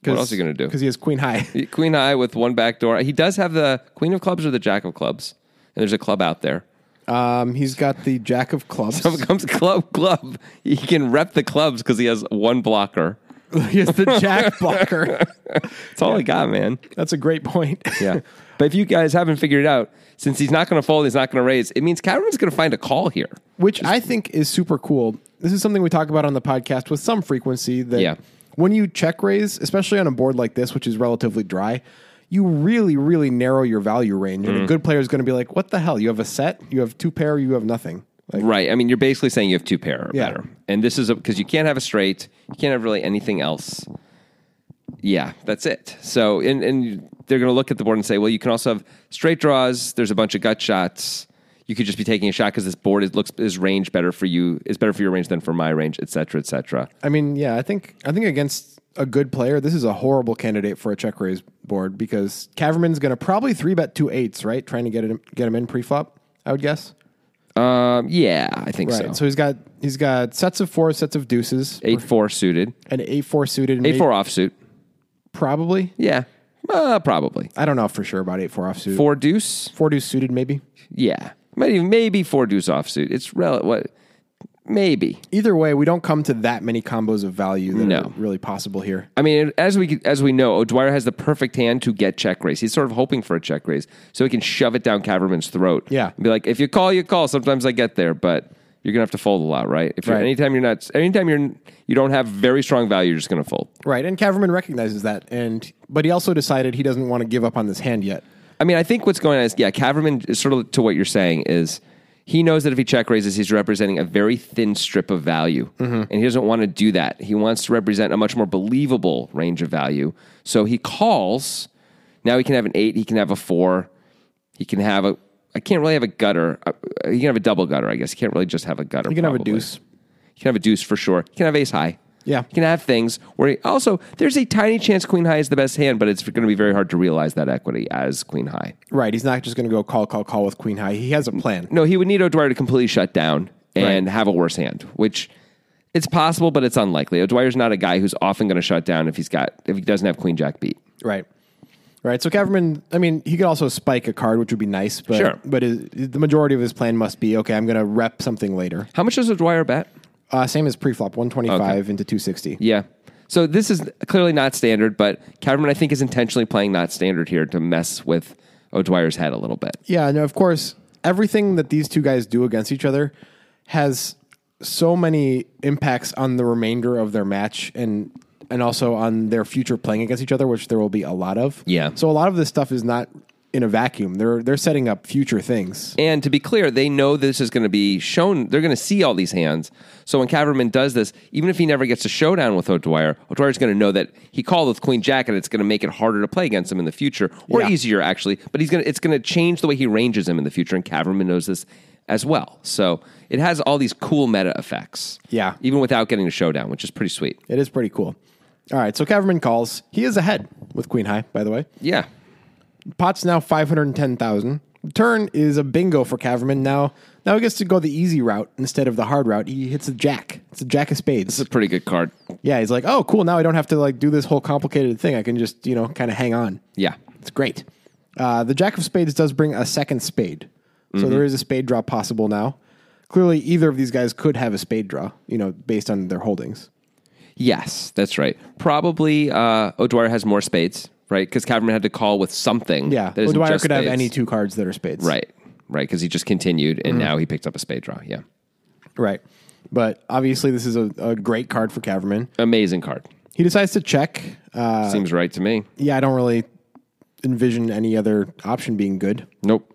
[SPEAKER 1] what else are you gonna do?
[SPEAKER 2] Because he has queen high.
[SPEAKER 1] Queen High with one back door. He does have the Queen of Clubs or the Jack of Clubs, and there's a club out there.
[SPEAKER 2] Um, he's got the jack of clubs.
[SPEAKER 1] If it comes club club, he can rep the clubs because he has one blocker.
[SPEAKER 2] he has the jack blocker.
[SPEAKER 1] That's all I got, man.
[SPEAKER 2] That's a great point.
[SPEAKER 1] Yeah, but if you guys haven't figured it out, since he's not going to fold, he's not going to raise. It means Cameron's going to find a call here.
[SPEAKER 2] which I think is super cool. This is something we talk about on the podcast with some frequency that
[SPEAKER 1] Yeah.
[SPEAKER 2] when you check raise, especially on a board like this, which is relatively dry, you really, really narrow your value range. And
[SPEAKER 1] Mm-hmm.
[SPEAKER 2] a good player is going to be like, what the hell? You have a set, you have two pair, you have nothing. Like,
[SPEAKER 1] Right. I mean, you're basically saying you have two pair or
[SPEAKER 2] Yeah.
[SPEAKER 1] better, and this is because you can't have a straight. You can't have really anything else. Yeah, that's it. So, and and they're going to look at the board and say, well, you can also have straight draws. There's a bunch of gut shots. You could just be taking a shot because this board is, looks is range better for you. It's better for your range than for my range, et cetera, et cetera.
[SPEAKER 2] I mean, yeah, I think I think against a good player, this is a horrible candidate for a check raise board because Caverman's going to probably three bet two eights, right? Trying to get him get him in pre flop, I would guess.
[SPEAKER 1] Um, yeah, I think
[SPEAKER 2] Right. So.
[SPEAKER 1] so.
[SPEAKER 2] he's got he's got sets of fours, sets of deuces,
[SPEAKER 1] Eight four suited,
[SPEAKER 2] an eight four suited, and
[SPEAKER 1] eight four offsuit.
[SPEAKER 2] probably.
[SPEAKER 1] Yeah, uh, probably
[SPEAKER 2] I don't know for sure about eight four offsuit. Four,
[SPEAKER 1] four deuce.
[SPEAKER 2] four deuce suited, maybe.
[SPEAKER 1] Yeah, might even maybe four deuce offsuit. It's rel what maybe.
[SPEAKER 2] Either way, we don't come to that many combos of value that
[SPEAKER 1] No.
[SPEAKER 2] are really possible here.
[SPEAKER 1] I mean, as we as we know, O'Dwyer has the perfect hand to get check raise. He's sort of hoping for a check raise so he can shove it down Caverman's throat.
[SPEAKER 2] Yeah.
[SPEAKER 1] and be like, if you call, you call. Sometimes I get there, but you're gonna have to fold a lot, right? If you're,
[SPEAKER 2] Right.
[SPEAKER 1] anytime you're not, anytime you're you don't have very strong value, you're just gonna fold.
[SPEAKER 2] Right, and Caverman recognizes that, and but he also decided he doesn't want to give up on this hand yet.
[SPEAKER 1] I mean, I think what's going on is yeah, Caverman is sort of to what you're saying is he knows that if he check raises, he's representing a very thin strip of value,
[SPEAKER 2] Mm-hmm.
[SPEAKER 1] and he doesn't want to do that. He wants to represent a much more believable range of value. So he calls. Now he can have an eight. He can have a four. He can have a. I can't really have a gutter. Uh, He can have a double gutter, I guess. He can't really just have a gutter.
[SPEAKER 2] He can have a
[SPEAKER 1] probably.
[SPEAKER 2] deuce.
[SPEAKER 1] He can have a deuce for sure. He can have ace high.
[SPEAKER 2] Yeah.
[SPEAKER 1] He can have things where he, also there's a tiny chance queen high is the best hand, but it's going to be very hard to realize that equity as queen high.
[SPEAKER 2] Right, he's not just going to go call, call, call with Queen High. He has a plan.
[SPEAKER 1] No, he would need O'Dwyer to completely shut down and have a worse hand, which it's possible, but it's unlikely. O'Dwyer's not a guy who's often going to shut down if he's got if he doesn't have Queen Jack beat.
[SPEAKER 2] Right. Right. So Caverman, I mean, he could also spike a card, which would be nice, but
[SPEAKER 1] Sure.
[SPEAKER 2] but his, the majority of his plan must be okay. I'm going to rep something later.
[SPEAKER 1] How much does O'Dwyer bet?
[SPEAKER 2] Uh, same as preflop, 125 into 260.
[SPEAKER 1] Yeah. So this is clearly not standard, but Cameron I think is intentionally playing not standard here to mess with O'Dwyer's head a little bit.
[SPEAKER 2] Yeah, no, of course, everything that these two guys do against each other has so many impacts on the remainder of their match and and also on their future playing against each other, which there will be a lot of.
[SPEAKER 1] Yeah.
[SPEAKER 2] So a lot of this stuff is not in a vacuum. They're they're setting up future things.
[SPEAKER 1] And to be clear, they know this is going to be shown. They're going to see all these hands. So when Caverman does this, even if he never gets a showdown with O'Dwyer, O'Dwyer's going to know that he called with Queen Jack, and it's going to make it harder to play against him in the future, or
[SPEAKER 2] Yeah.
[SPEAKER 1] easier actually. But he's going to, it's going to change the way he ranges him in the future, and Caverman knows this as well. So it has all these cool meta effects.
[SPEAKER 2] Yeah.
[SPEAKER 1] even without getting a showdown, which is pretty sweet.
[SPEAKER 2] It is pretty cool. All right, so Caverman calls. He is ahead with Queen High, by the way.
[SPEAKER 1] Yeah,
[SPEAKER 2] Pot's now 510,000. Turn is a bingo for Caverman. Now now he gets to go the easy route instead of the hard route. He hits a jack. It's a jack of spades.
[SPEAKER 1] it's a pretty good card.
[SPEAKER 2] Yeah, he's like, "Oh, cool. Now I don't have to like do this whole complicated thing. I can just, you know, kind of hang on."
[SPEAKER 1] Yeah,
[SPEAKER 2] It's great. Uh, the jack of spades does bring a second spade.
[SPEAKER 1] Mm-hmm.
[SPEAKER 2] So there is a spade draw possible now. Clearly either of these guys could have a spade draw, you know, based on their holdings.
[SPEAKER 1] Yes, that's right. Probably uh, O'Dwyer has more spades, right? Because Caverman had to call with something.
[SPEAKER 2] Yeah.
[SPEAKER 1] that isn't
[SPEAKER 2] O'Dwyer
[SPEAKER 1] just
[SPEAKER 2] could have
[SPEAKER 1] spades.
[SPEAKER 2] any two Mm-hmm. cards that are spades.
[SPEAKER 1] Right, right. Because he just continued, and now he picked up a spade draw. Yeah,
[SPEAKER 2] Right. But obviously, this is a, a great card for Caverman.
[SPEAKER 1] amazing card.
[SPEAKER 2] He decides to check. Uh,
[SPEAKER 1] Seems right to me.
[SPEAKER 2] yeah, I don't really envision any other option being good.
[SPEAKER 1] Nope.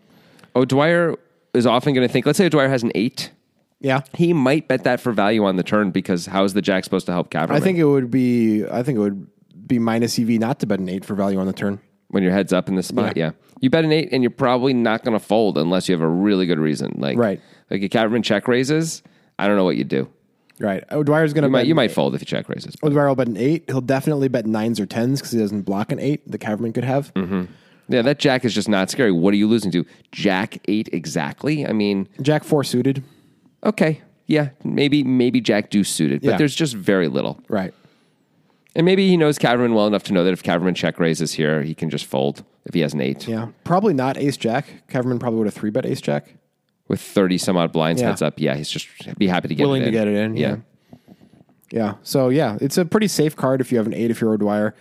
[SPEAKER 1] O'Dwyer is often going to think. Let's say O'Dwyer has an eight.
[SPEAKER 2] Yeah.
[SPEAKER 1] He might bet that for value on the turn because how is the jack supposed to help Caverman?
[SPEAKER 2] I think it would be. I think it would be minus EV not to bet an eight for value on the turn.
[SPEAKER 1] when your head's up in the spot, yeah. you bet an eight, and you're probably not going to fold unless you have a really good reason. Like
[SPEAKER 2] Right.
[SPEAKER 1] like if Caverman check raises. I don't know what you do.
[SPEAKER 2] Right. O'Dwyer's going to
[SPEAKER 1] You might,
[SPEAKER 2] Uh, bet.
[SPEAKER 1] you might fold if you check raises.
[SPEAKER 2] O'Dwyer will bet an eight. He'll definitely bet nines or tens because he doesn't block an eight that Caverman could have.
[SPEAKER 1] Mm-hmm. Yeah, that jack is just not scary. What are you losing to? Jack eight exactly. I mean,
[SPEAKER 2] Jack four suited.
[SPEAKER 1] okay, yeah, maybe maybe Jack deuce suited, but
[SPEAKER 2] Yeah.
[SPEAKER 1] there's just very little.
[SPEAKER 2] Right.
[SPEAKER 1] And maybe he knows Caverman well enough to know that if Caverman check raises here, he can just fold if he has an eight
[SPEAKER 2] Yeah. Probably not ace jack. Caverman probably would have three bet ace jack.
[SPEAKER 1] with thirty some odd blinds
[SPEAKER 2] Yeah.
[SPEAKER 1] heads up. Yeah, he's just be happy to get
[SPEAKER 2] willing
[SPEAKER 1] it
[SPEAKER 2] to
[SPEAKER 1] in.
[SPEAKER 2] get it in. Yeah. Yeah. So yeah, it's a pretty safe card if you have an eight if you're O'Dwyer.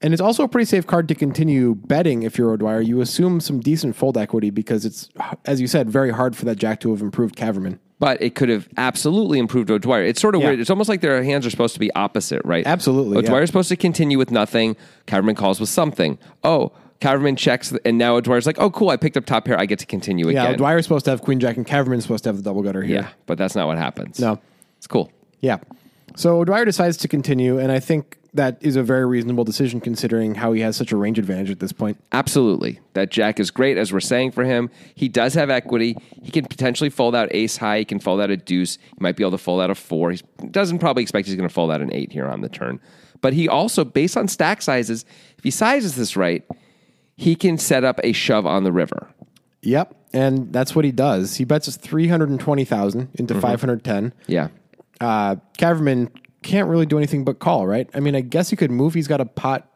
[SPEAKER 2] And it's also a pretty safe card to continue betting if you're O'Dwyer. You assume some decent fold equity because it's, as you said, very hard for that jack to have improved Caverman.
[SPEAKER 1] but it could have absolutely improved O'Dwyer. It's sort of
[SPEAKER 2] Yeah.
[SPEAKER 1] weird. It's almost like their hands are supposed to be opposite, right?
[SPEAKER 2] Absolutely, yeah.
[SPEAKER 1] O'Dwyer's supposed to continue with nothing. Caverman calls with something. Oh, Caverman checks, and now O'Dwyer's like, oh, cool, I picked up top pair. I get to continue
[SPEAKER 2] Yeah,
[SPEAKER 1] again.
[SPEAKER 2] O'Dwyer's supposed to have queen jack and Caverman's supposed to have the double gutter here.
[SPEAKER 1] Yeah, but that's not what happens.
[SPEAKER 2] No.
[SPEAKER 1] It's cool.
[SPEAKER 2] Yeah. So O'Dwyer decides to continue, and I think that is a very reasonable decision considering how he has such a range advantage at this point.
[SPEAKER 1] Absolutely. That jack is great, as we're saying for him. He does have equity. He can potentially fold out ace high. He can fold out a deuce. He might be able to fold out a four. He doesn't probably expect he's going to fold out an eight here on the turn. But he also, based on stack sizes, if he sizes this right, he can set up a shove on the river.
[SPEAKER 2] Yep, and that's what he does. He bets us three hundred and twenty thousand into
[SPEAKER 1] Mm-hmm.
[SPEAKER 2] hundred ten.
[SPEAKER 1] Yeah.
[SPEAKER 2] Uh, Caverman can't really do anything but call, right? I mean, I guess he could move. He's got a pot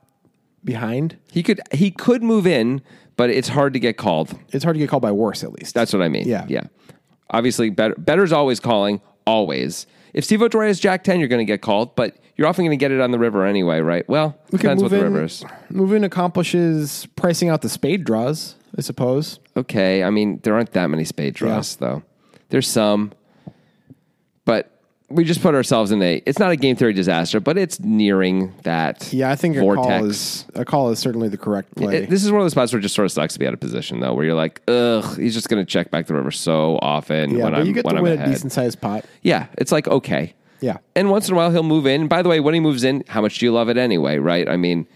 [SPEAKER 2] behind.
[SPEAKER 1] He could he could move in, but it's hard to get called.
[SPEAKER 2] It's hard to get called by worse, at least.
[SPEAKER 1] That's what I mean.
[SPEAKER 2] Yeah.
[SPEAKER 1] Yeah. Obviously, better, better's always calling, always. If Steve O'Dwyer is Jack 10, you're going to get called, but you're often going to get it on the river anyway, right? Well,
[SPEAKER 2] Okay,
[SPEAKER 1] depends what
[SPEAKER 2] move
[SPEAKER 1] the
[SPEAKER 2] in-
[SPEAKER 1] river is.
[SPEAKER 2] Move in accomplishes pricing out the spade draws, I suppose.
[SPEAKER 1] Okay. I mean, there aren't that many spade draws, though. There's some, but we just put ourselves in a, it's not a game theory disaster, but it's nearing that
[SPEAKER 2] Yeah, I think a
[SPEAKER 1] vortex.
[SPEAKER 2] call is a call is certainly the correct play.
[SPEAKER 1] It- this is one of those spots where it just sort of sucks to be out of position, though, where you're like, ugh, he's just going to check back the river so often
[SPEAKER 2] yeah,
[SPEAKER 1] when
[SPEAKER 2] but
[SPEAKER 1] I'm,
[SPEAKER 2] you get
[SPEAKER 1] when
[SPEAKER 2] to
[SPEAKER 1] I'm
[SPEAKER 2] win
[SPEAKER 1] ahead.
[SPEAKER 2] a decent sized pot.
[SPEAKER 1] Yeah, it's like okay.
[SPEAKER 2] Yeah.
[SPEAKER 1] And once in a while he'll move in. By the way, when he moves in, how much do you love it anyway, right? I mean,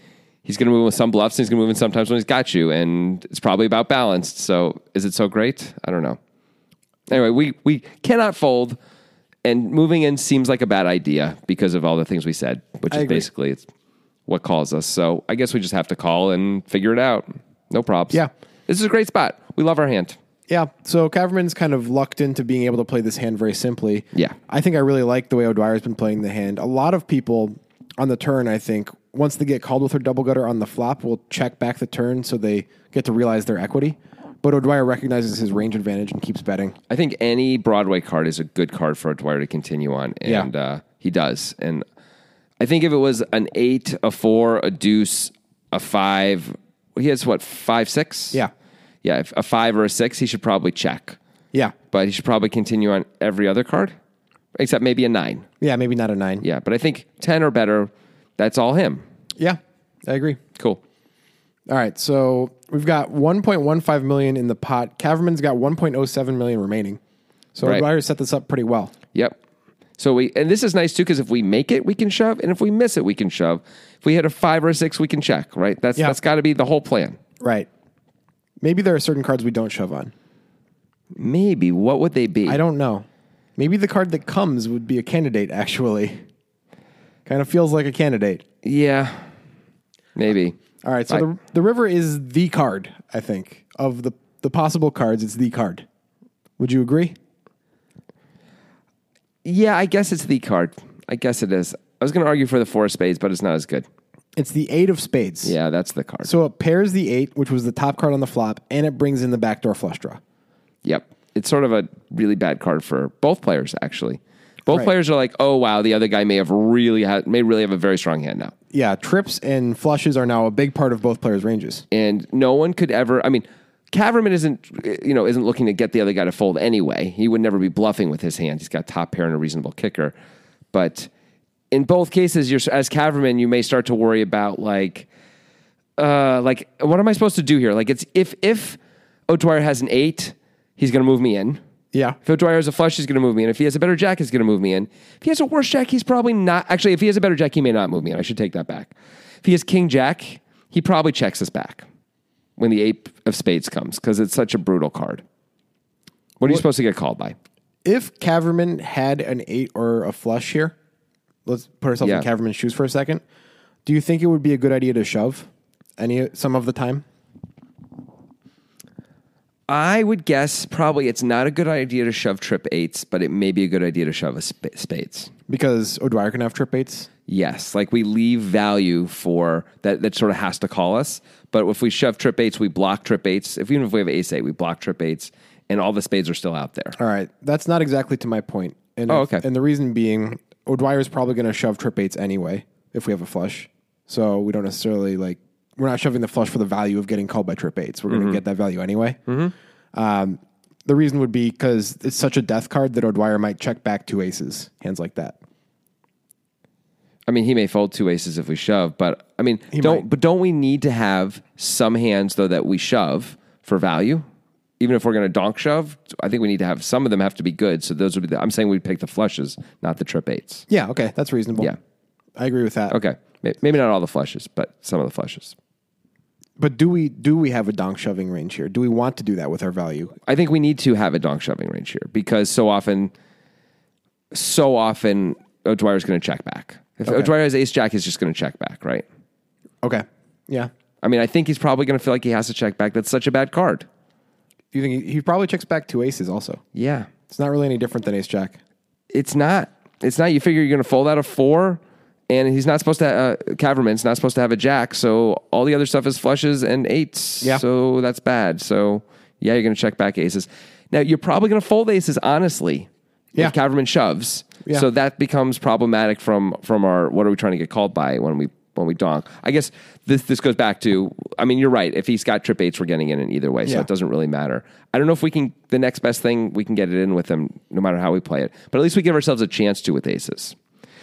[SPEAKER 1] he's going to move with some bluffs, and he's going to move in sometimes when he's got you, and it's probably about balanced. So, is it so great? I don't know. Anyway, we we cannot fold and moving in seems like a bad idea because of all the things we said, which
[SPEAKER 2] I
[SPEAKER 1] is
[SPEAKER 2] agree.
[SPEAKER 1] basically it's what calls us. So, I guess we just have to call and figure it out. No props.
[SPEAKER 2] Yeah.
[SPEAKER 1] This is a great spot. We love our hand.
[SPEAKER 2] Yeah. So Caverman's kind of lucked into being able to play this hand very simply.
[SPEAKER 1] Yeah.
[SPEAKER 2] I think I really like the way O'Dwyer's been playing the hand. A lot of people on the turn, I think, once they get called with their double gutter on the flop, will check back the turn so they get to realize their equity. But O'Dwyer recognizes his range advantage and keeps betting.
[SPEAKER 1] I think any Broadway card is a good card for O'Dwyer to continue on, and
[SPEAKER 2] Yeah.
[SPEAKER 1] uh, he does. And I think if it was an eight, a four, a deuce, a five, he has what five, six?
[SPEAKER 2] Yeah.
[SPEAKER 1] yeah. If a five or a six, he should probably check,
[SPEAKER 2] Yeah.
[SPEAKER 1] but he should probably continue on every other card, except maybe a nine.
[SPEAKER 2] Yeah, maybe not a nine.
[SPEAKER 1] Yeah, but I think ten or better, that's all him.
[SPEAKER 2] Yeah, I agree.
[SPEAKER 1] Cool.
[SPEAKER 2] All right, so we've got 1.15 million in the pot. Caverman's got 1.07 million remaining. So
[SPEAKER 1] Right.
[SPEAKER 2] O'Dwyer set this up pretty well.
[SPEAKER 1] Yep. So we and this is nice too because if we make it, we can shove, and if we miss it, we can shove. If we hit a five or a six, we can check. Right. That's
[SPEAKER 2] Yeah.
[SPEAKER 1] that's got to be the whole plan.
[SPEAKER 2] Right. Maybe there are certain cards we don't shove on.
[SPEAKER 1] Maybe. What would they be?
[SPEAKER 2] I don't know. Maybe the card that comes would be a candidate, actually. kind of feels like a candidate.
[SPEAKER 1] yeah. Maybe.
[SPEAKER 2] All right, so
[SPEAKER 1] I-
[SPEAKER 2] the, the river is the card, I think. Of the, the possible cards, it's the card. Would you agree?
[SPEAKER 1] Yeah, I guess it's the card. I guess it is. I was going to argue for the four of spades, but it's not as good.
[SPEAKER 2] It's the eight of spades.
[SPEAKER 1] Yeah, that's the card.
[SPEAKER 2] So it pairs the eight, which was the top card on the flop, and it brings in the backdoor flush draw.
[SPEAKER 1] yep. It's sort of a really bad card for both players, actually. Both
[SPEAKER 2] Right.
[SPEAKER 1] players are like, oh wow, the other guy may have really had may really have a very strong hand now,
[SPEAKER 2] Yeah, trips and flushes are now a big part of both players' ranges.
[SPEAKER 1] and no one could ever. I mean, Caverman isn't you know isn't looking to get the other guy to fold anyway. He would never be bluffing with his hand. He's got top pair and a reasonable kicker, but in both cases, you're as Caverman, you may start to worry about like, uh, like what am I supposed to do here? Like, it's if if O'Dwyer has an eight, he's going to move me in.
[SPEAKER 2] Yeah.
[SPEAKER 1] If O'Dwyer has a flush, he's going to move me in. If he has a better jack, he's going to move me in. If he has a worse jack, he's probably not. Actually, if he has a better jack, he may not move me in. I should take that back. If he has king jack, he probably checks us back when the eight of spades comes because it's such a brutal card. What are you supposed to get called by?
[SPEAKER 2] If Caverman had an eight or a flush here, let's put ourselves
[SPEAKER 1] Yeah.
[SPEAKER 2] in Caverman's shoes for a second. Do you think it would be a good idea to shove any some of the time?
[SPEAKER 1] I would guess probably it's not a good idea to shove trip eights, but it may be a good idea to shove a sp- spades.
[SPEAKER 2] Because O'Dwyer can have trip eights.
[SPEAKER 1] Yes, like we leave value for that. That sort of has to call us. But if we shove trip eights, we block trip eights. If even if we have ace eight, we block trip eights, and all the spades are still out there.
[SPEAKER 2] All right, that's not exactly to my point. And
[SPEAKER 1] Oh,
[SPEAKER 2] if-
[SPEAKER 1] okay.
[SPEAKER 2] And the reason being, O'Dwyer's probably going to shove trip eights anyway if we have a flush. So we don't necessarily like we're not shoving the flush for the value of getting called by trip eights. We're
[SPEAKER 1] Mm-hmm.
[SPEAKER 2] going to get that value anyway. Um, the reason would be because it's such a death card that O'Dwyer might check back two aces, hands like that.
[SPEAKER 1] I mean, he may fold two aces if we shove, but I mean, don't.
[SPEAKER 2] might.
[SPEAKER 1] But don't we need to have some hands though that we shove for value? Even if we're going to donk shove, I think we need to have some of them have to be good. So those would be. The, I'm saying we'd pick the flushes, not the trip eights.
[SPEAKER 2] Yeah, okay, that's reasonable.
[SPEAKER 1] Yeah.
[SPEAKER 2] I agree with that.
[SPEAKER 1] Okay. May- Maybe not all the flushes, but some of the flushes.
[SPEAKER 2] But do we do we have a donk shoving range here? Do we want to do that with our value?
[SPEAKER 1] I think we need to have a donk shoving range here because so often, so often O'Dwyer's going to check back. If O'Dwyer has ace jack, he's just going to check back, right?
[SPEAKER 2] Okay. Yeah.
[SPEAKER 1] I mean, I think he's probably going to feel like he has to check back. That's such a bad card.
[SPEAKER 2] Do you think he, he probably checks back two aces also?
[SPEAKER 1] Yeah.
[SPEAKER 2] It's not really any different than ace jack.
[SPEAKER 1] It's not. It's not. You figure you're going to fold out a four, and he's not supposed to, uh, Caverman's not supposed to have a jack. So all the other stuff is flushes and eights.
[SPEAKER 2] Yeah.
[SPEAKER 1] So that's bad. So yeah, you're going to check back aces. Now, you're probably going to fold aces, honestly,
[SPEAKER 2] Yeah.
[SPEAKER 1] if Caverman shoves.
[SPEAKER 2] Yeah.
[SPEAKER 1] So that becomes problematic from from our what are we trying to get called by when we when we donk. I guess this this goes back to I mean you're right. If he's got trip eights, we're getting in in either way, so
[SPEAKER 2] Yeah.
[SPEAKER 1] it doesn't really matter. I don't know if we can the next best thing we can get it in with him, no matter how we play it. But at least we give ourselves a chance to with aces.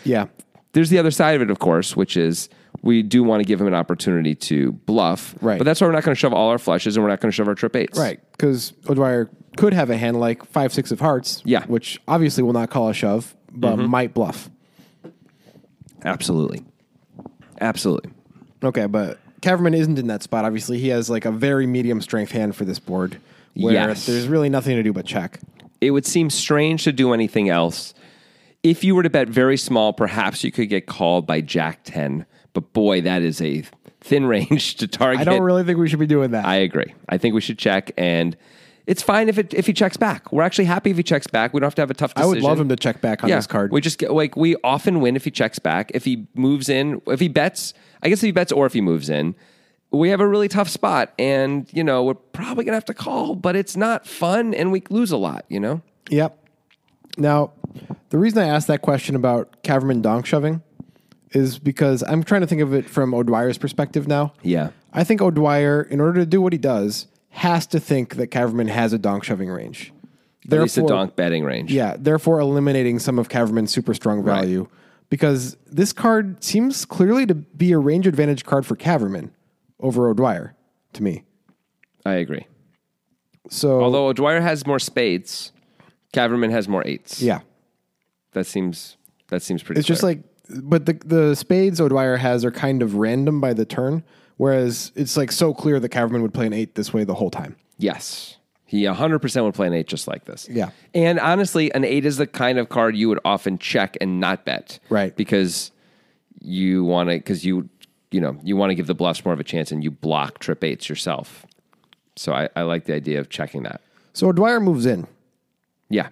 [SPEAKER 2] Yeah.
[SPEAKER 1] There's the other side of it, of course, which is we do want to give him an opportunity to bluff.
[SPEAKER 2] Right.
[SPEAKER 1] But that's why we're not going to shove all our flushes and we're not going to shove our trip eights.
[SPEAKER 2] Right. Because O'Dwyer could have a hand like five six of hearts.
[SPEAKER 1] Yeah. Mm-hmm.
[SPEAKER 2] Which obviously will not call a shove, but might bluff.
[SPEAKER 1] Absolutely. Absolutely.
[SPEAKER 2] Okay, but Caverman isn't in that spot. Obviously, he has like a very medium strength hand for this board, where
[SPEAKER 1] Yes.
[SPEAKER 2] there's really nothing to do but check.
[SPEAKER 1] it would seem strange to do anything else. If you were to bet very small, perhaps you could get called by Jack 10. But boy, that is a thin range to target.
[SPEAKER 2] I don't really think we should be doing that.
[SPEAKER 1] I agree. I think we should check and it's fine if it if he checks back. We're actually happy if he checks back. We don't have to have a tough
[SPEAKER 2] I
[SPEAKER 1] decision.
[SPEAKER 2] would love him to check back on this card.
[SPEAKER 1] We just get like we often win if he checks back. If he moves in, if he bets, I guess if he bets or if he moves in, we have a really tough spot and you know, we're probably gonna have to call, but it's not fun and we lose a lot, you know?
[SPEAKER 2] Yep. Now, the reason I asked that question about Caverman donk shoving is because I'm trying to think of it from O'Dwyer's perspective now.
[SPEAKER 1] Yeah.
[SPEAKER 2] I think O'Dwyer, in order to do what he does, has to think that Caverman has a donk shoving range.
[SPEAKER 1] At least a
[SPEAKER 2] Therefore-
[SPEAKER 1] donk betting range.
[SPEAKER 2] Yeah, therefore eliminating some of Caverman's super strong value because this card seems clearly to be a range advantage card for Caverman over O'Dwyer to me.
[SPEAKER 1] I agree.
[SPEAKER 2] So,
[SPEAKER 1] Although O'Dwyer has more spades, Caverman has more eights.
[SPEAKER 2] yeah,
[SPEAKER 1] That seems that seems pretty
[SPEAKER 2] it's just like, but the the spades O'Dwyer has are kind of random by the turn, whereas it's like so clear that Caverman would play an eight this way the whole time.
[SPEAKER 1] Yes. He 100% would play an eight just like this.
[SPEAKER 2] Yeah.
[SPEAKER 1] And honestly, an eight is the kind of card you would often check and not bet.
[SPEAKER 2] Right.
[SPEAKER 1] Because you want to, because you, you know, you want to give the bluffs more of a chance and you block trip eights yourself. So I, I like the idea of checking that.
[SPEAKER 2] So O'Dwyer moves in.
[SPEAKER 1] Yeah.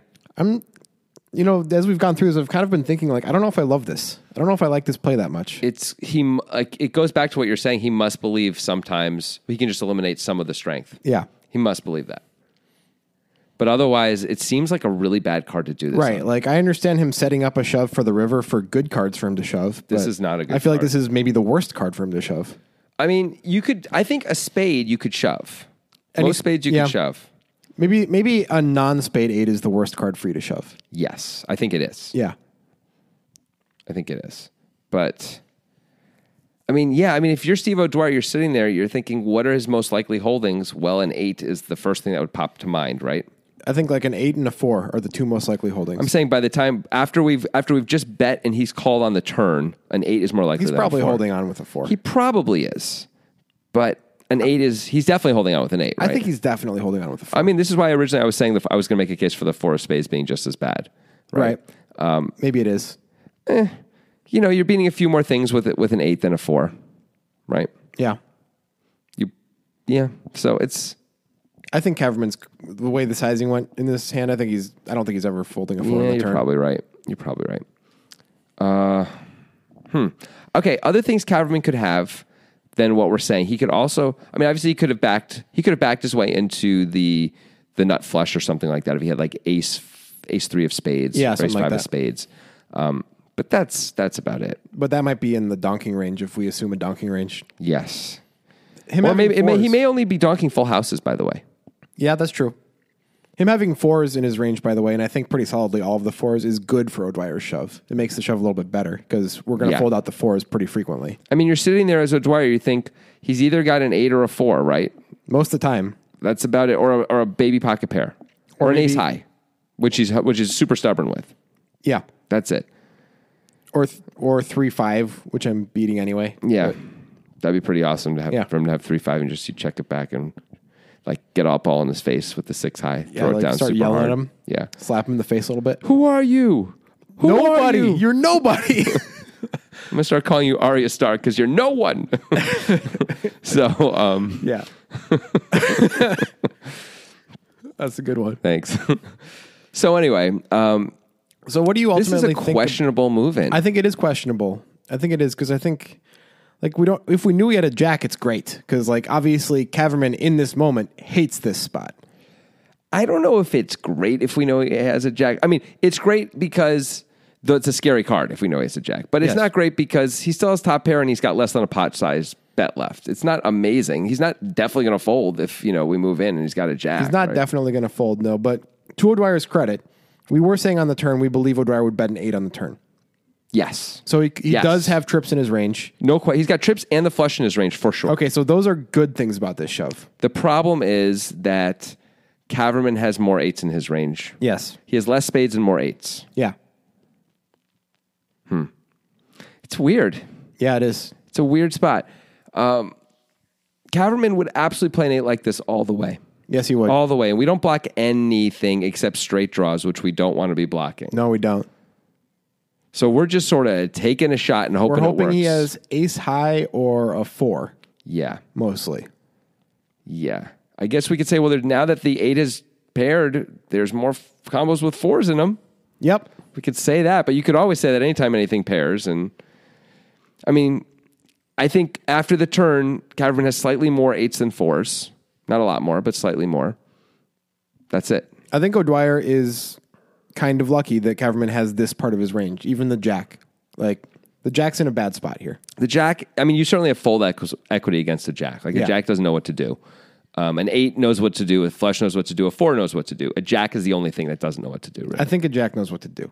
[SPEAKER 2] You know, as we've gone through this, I've kind of been thinking like, I don't know if I love this. I don't know if I like this play that much.
[SPEAKER 1] It's he, m- like, it goes back to what you're saying. He must believe sometimes he can just eliminate some of the strength.
[SPEAKER 2] yeah,
[SPEAKER 1] He must believe that. But otherwise, it seems like a really bad card to do this.
[SPEAKER 2] Right.
[SPEAKER 1] on.
[SPEAKER 2] Like I understand him setting up a shove for the river for good cards for him to shove.
[SPEAKER 1] This
[SPEAKER 2] but
[SPEAKER 1] is not a good
[SPEAKER 2] I feel like
[SPEAKER 1] card.
[SPEAKER 2] this is maybe the worst card for him to shove.
[SPEAKER 1] I mean, you could. I think a spade you could shove.
[SPEAKER 2] Any-
[SPEAKER 1] Most spades you
[SPEAKER 2] yeah.
[SPEAKER 1] could shove.
[SPEAKER 2] Maybe maybe a non spade eight is the worst card for you to shove.
[SPEAKER 1] Yes, I think it is.
[SPEAKER 2] Yeah.
[SPEAKER 1] I think it is. But I mean, yeah. I mean, if you're Steve O'Dwyer, you're sitting there, you're thinking, what are his most likely holdings? Well, an eight is the first thing that would pop to mind, right?
[SPEAKER 2] I think like an eight and a four are the two most likely holdings.
[SPEAKER 1] I'm saying by the time after we've after we've just bet and he's called on the turn, an eight is more likely.
[SPEAKER 2] He's
[SPEAKER 1] than a
[SPEAKER 2] probably
[SPEAKER 1] four.
[SPEAKER 2] holding on with a four.
[SPEAKER 1] He probably is, but an eight is he's definitely holding on with an eight.
[SPEAKER 2] I
[SPEAKER 1] Right?
[SPEAKER 2] think he's definitely holding on with a four.
[SPEAKER 1] I mean, this is why originally I was saying the, I was going to make a case for the four of spades being just as bad.
[SPEAKER 2] right.
[SPEAKER 1] Um,
[SPEAKER 2] maybe it is.
[SPEAKER 1] you know, you're beating a few more things with it with an eight than a four, right?
[SPEAKER 2] Yeah.
[SPEAKER 1] You, yeah. So it's
[SPEAKER 2] I think Caverman's the way the sizing went in this hand. I think he's. I don't think he's ever folding a four
[SPEAKER 1] yeah,
[SPEAKER 2] on
[SPEAKER 1] you're
[SPEAKER 2] the turn.
[SPEAKER 1] probably right. You're probably right. Uh, hmm. Okay. Other things Caverman could have than what we're saying. He could also. I mean, obviously, he could have backed. He could have backed his way into the the nut flush or something like that if he had like ace ace three of spades,
[SPEAKER 2] Yeah,
[SPEAKER 1] or
[SPEAKER 2] something
[SPEAKER 1] ace
[SPEAKER 2] like
[SPEAKER 1] five of
[SPEAKER 2] that.
[SPEAKER 1] spades. Um, but that's that's about it.
[SPEAKER 2] But that might be in the donking range if we assume a donking range.
[SPEAKER 1] Yes.
[SPEAKER 2] Him
[SPEAKER 1] Or
[SPEAKER 2] having
[SPEAKER 1] maybe it may,
[SPEAKER 2] fours-
[SPEAKER 1] he may only be donking full houses. By the way.
[SPEAKER 2] Yeah, that's true. Him having fours in his range, by the way, and I think pretty solidly all of the fours is good for O'Dwyer's shove. It makes the shove a little bit better because we're going to
[SPEAKER 1] Yeah.
[SPEAKER 2] fold out the fours pretty frequently.
[SPEAKER 1] I mean, you're sitting there as O'Dwyer, you think he's either got an eight or a four, right?
[SPEAKER 2] Most of the time,
[SPEAKER 1] That's about it, or a, or a baby pocket pair, or, an ace high, which he's which is super stubborn with.
[SPEAKER 2] yeah.
[SPEAKER 1] That's it.
[SPEAKER 2] or th- or three five, which I'm beating anyway.
[SPEAKER 1] Yeah, that'd be pretty awesome to have
[SPEAKER 2] Yeah.
[SPEAKER 1] for him to have three five and just you check it back and like get all ball in his face with the six high,
[SPEAKER 2] Yeah,
[SPEAKER 1] throw it
[SPEAKER 2] like,
[SPEAKER 1] down,
[SPEAKER 2] start
[SPEAKER 1] super
[SPEAKER 2] yelling
[SPEAKER 1] hard.
[SPEAKER 2] at him.
[SPEAKER 1] Yeah,
[SPEAKER 2] Slap him in the face a little bit.
[SPEAKER 1] who are you? Who
[SPEAKER 2] nobody,
[SPEAKER 1] Are you?
[SPEAKER 2] are nobody.
[SPEAKER 1] I'm gonna start calling you Arya Stark because you're no one. so um,
[SPEAKER 2] yeah, that's a good one.
[SPEAKER 1] thanks. so anyway, um,
[SPEAKER 2] So, what do you
[SPEAKER 1] this is
[SPEAKER 2] ultimately
[SPEAKER 1] a
[SPEAKER 2] think?
[SPEAKER 1] questionable move-in.
[SPEAKER 2] I think it is questionable. I think it is because I think, like, we don't. If we knew he had a jack, it's great because, like, obviously, Caverman in this moment hates this spot.
[SPEAKER 1] I don't know if it's great if we know he has a jack. I mean, it's great because though it's a scary card if we know he has a jack, but it's
[SPEAKER 2] Yes.
[SPEAKER 1] not great because he still has top pair and he's got less than a pot size bet left. It's not amazing. He's not definitely going to fold if you know we move in and he's got a jack.
[SPEAKER 2] He's not
[SPEAKER 1] right?
[SPEAKER 2] definitely going to fold, no. But to O'Dwyer's credit, we were saying on the turn we believe O'Dwyer would bet an eight on the turn.
[SPEAKER 1] yes,
[SPEAKER 2] So he, he
[SPEAKER 1] Yes.
[SPEAKER 2] does have trips in his range.
[SPEAKER 1] no. Qu- he's got trips and the flush in his range for sure.
[SPEAKER 2] Okay, so those are good things about this shove.
[SPEAKER 1] The problem is that Caverman has more eights in his range.
[SPEAKER 2] Yes.
[SPEAKER 1] He has less spades and more eights.
[SPEAKER 2] Yeah.
[SPEAKER 1] It's weird.
[SPEAKER 2] Yeah, it is.
[SPEAKER 1] It's a weird spot. Um, Caverman would absolutely play an eight like this all the way.
[SPEAKER 2] Yes, he would.
[SPEAKER 1] All the way. And we don't block anything except straight draws, which we don't want to be blocking.
[SPEAKER 2] no, we don't.
[SPEAKER 1] So we're just sort of taking a shot and hoping,
[SPEAKER 2] We're
[SPEAKER 1] it
[SPEAKER 2] hoping
[SPEAKER 1] works.
[SPEAKER 2] he has ace high or a four,
[SPEAKER 1] Yeah.
[SPEAKER 2] mostly.
[SPEAKER 1] Yeah. I guess we could say, well, there, now that the eight is paired, there's more f- combos with fours in them.
[SPEAKER 2] Yep.
[SPEAKER 1] We could say that, but you could always say that anytime anything pairs. And I mean, I think after the turn, Caverman has slightly more eights than fours. Not a lot more, but slightly more. That's it.
[SPEAKER 2] I think O'Dwyer is kind of lucky that Caverman has this part of his range, even the jack. Like, the jack's in a bad spot here.
[SPEAKER 1] The jack, I mean, you certainly have full equ- equity against the jack. Like a
[SPEAKER 2] Yeah.
[SPEAKER 1] jack doesn't know what to do. Um, an eight knows what to do. A flush knows what to do. A four knows what to do. A jack is the only thing that doesn't know what to do. Really.
[SPEAKER 2] I think a jack knows what to do.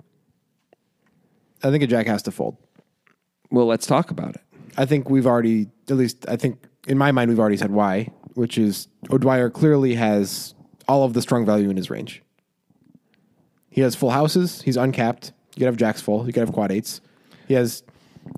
[SPEAKER 2] I think a jack has to fold.
[SPEAKER 1] well, let's talk about it.
[SPEAKER 2] I think we've already, at least I think in my mind, we've already said why, which is O'Dwyer clearly has all of the strong value in his range. He has full houses. He's uncapped. You could have jacks full. You could have quad eights. He has,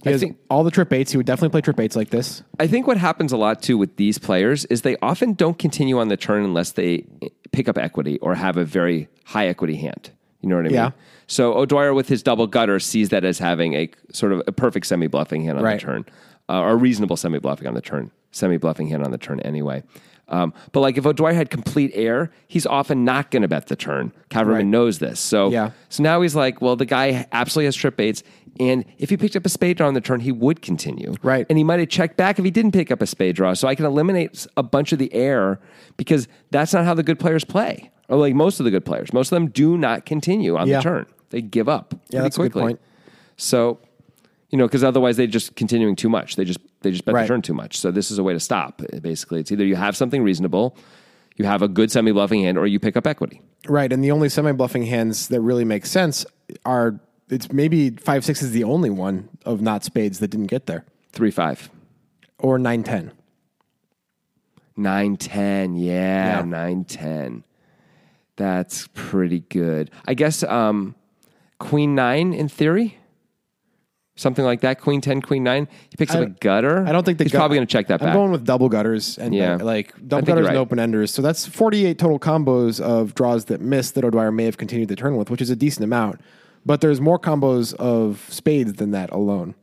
[SPEAKER 2] he has
[SPEAKER 1] think-
[SPEAKER 2] all the trip eights. He would definitely play trip eights like this.
[SPEAKER 1] I think what happens a lot too with these players is they often don't continue on the turn unless they pick up equity or have a very high equity hand. You know what I mean?
[SPEAKER 2] Yeah.
[SPEAKER 1] So O'Dwyer with his double gutter sees that as having a sort of a perfect semi bluffing hand on
[SPEAKER 2] Right.
[SPEAKER 1] the turn, uh, or a reasonable semi bluffing on the turn, semi bluffing hand on the turn anyway. Um, but like if O'Dwyer had complete air, he's often not going to bet the turn. Caverman
[SPEAKER 2] Right.
[SPEAKER 1] knows this, so
[SPEAKER 2] Yeah.
[SPEAKER 1] so now he's like, well, the guy absolutely has trip eights, and if he picked up a spade on the turn, he would continue.
[SPEAKER 2] Right.
[SPEAKER 1] And he might have checked back if he didn't pick up a spade draw. So I can eliminate a bunch of the air because that's not how the good players play. Or like most of the good players. Most of them do not continue on
[SPEAKER 2] Yeah.
[SPEAKER 1] the turn. They give up. pretty
[SPEAKER 2] that's a good
[SPEAKER 1] quickly.
[SPEAKER 2] point.
[SPEAKER 1] So, you know, because otherwise they're just continuing too much. They just they just bet
[SPEAKER 2] Right.
[SPEAKER 1] the turn too much. So this is a way to stop. Basically, it's either you have something reasonable, you have a good semi bluffing hand, or you pick up equity.
[SPEAKER 2] Right. And the only semi bluffing hands that really make sense are it's maybe five, six is the only one of not spades that didn't get there
[SPEAKER 1] Three five.
[SPEAKER 2] or nine, 10.
[SPEAKER 1] Nine ten, yeah,
[SPEAKER 2] Yeah.
[SPEAKER 1] nine ten. That's pretty good. I guess um, queen nine in theory, something like that. Queen ten, queen nine. He picks up a gutter.
[SPEAKER 2] I don't think the
[SPEAKER 1] he's
[SPEAKER 2] gut-
[SPEAKER 1] probably going to check that
[SPEAKER 2] I'm
[SPEAKER 1] back.
[SPEAKER 2] going with double gutters and
[SPEAKER 1] Yeah.
[SPEAKER 2] back- like
[SPEAKER 1] I
[SPEAKER 2] double
[SPEAKER 1] think you're
[SPEAKER 2] gutters and
[SPEAKER 1] right.
[SPEAKER 2] open enders. So that's 48 total combos of draws that missed that O'Dwyer may have continued the turn with, which is a decent amount. But there's more combos of spades than that alone.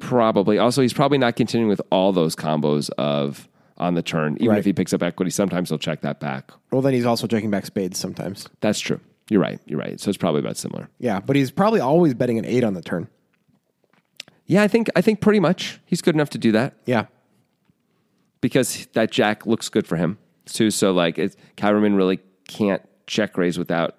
[SPEAKER 1] probably. Also, he's probably not continuing with all those combos of on the turn. Even
[SPEAKER 2] Right.
[SPEAKER 1] if he picks up equity, sometimes he'll check that back.
[SPEAKER 2] Well, then he's also checking back spades sometimes.
[SPEAKER 1] That's true. You're right. You're right. So it's probably about similar.
[SPEAKER 2] Yeah, but he's probably always betting an eight on the turn.
[SPEAKER 1] Yeah, I think I think pretty much he's good enough to do that.
[SPEAKER 2] Yeah,
[SPEAKER 1] because that jack looks good for him too. So like, it's, Kyverman really can't check raise without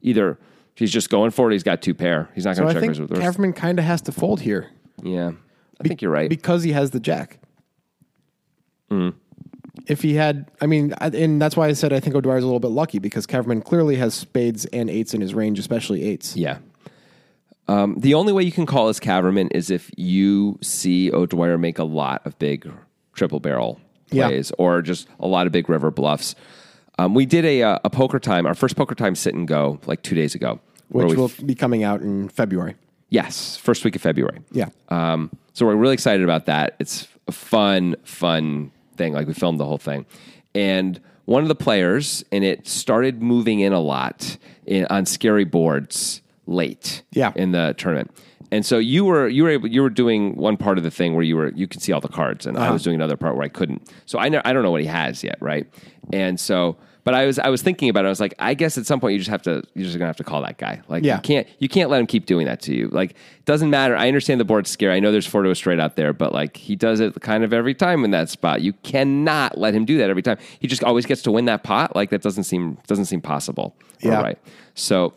[SPEAKER 1] either. if He's just going for it. He's got two pair. He's not
[SPEAKER 2] so
[SPEAKER 1] going to check
[SPEAKER 2] I think
[SPEAKER 1] raise with the rest.
[SPEAKER 2] Kaverman kind of has to fold here
[SPEAKER 1] Yeah, I think you're right.
[SPEAKER 2] because he has the jack. If he had, I mean, I- and that's why I said I think O'Dwyer's a little bit lucky because Kaverman clearly has spades and eights in his range, especially eights.
[SPEAKER 1] yeah. Um, the only way you can call as Caverman is if you see O'Dwyer make a lot of big triple barrel
[SPEAKER 2] Yeah.
[SPEAKER 1] plays or just a lot of big river bluffs. Um, we did a, uh, a poker time, our first poker time sit and go like two days ago. where
[SPEAKER 2] which
[SPEAKER 1] we
[SPEAKER 2] will be coming out in February.
[SPEAKER 1] Yes, first week of February.
[SPEAKER 2] Yeah.
[SPEAKER 1] Um, so we're really excited about that. It's a fun, fun thing. Like we filmed the whole thing, and one of the players, and it started moving in a lot in, on scary boards late.
[SPEAKER 2] Yeah.
[SPEAKER 1] in the tournament, and so you were you were able you were doing one part of the thing where you were you could see all the cards, and I was doing another part where I couldn't. So I know I don't know what he has yet, right? And so. But I was I was thinking about it. I was like, I guess at some point you just have to you're just gonna have to call that guy. Like
[SPEAKER 2] Yeah.
[SPEAKER 1] you can't you can't let him keep doing that to you. Like, doesn't matter. I understand the board's scary. I know there's four to a straight out there, but like he does it kind of every time in that spot. You cannot let him do that every time. He just always gets to win that pot. Like that doesn't seem doesn't seem possible. or
[SPEAKER 2] Yeah.
[SPEAKER 1] right. So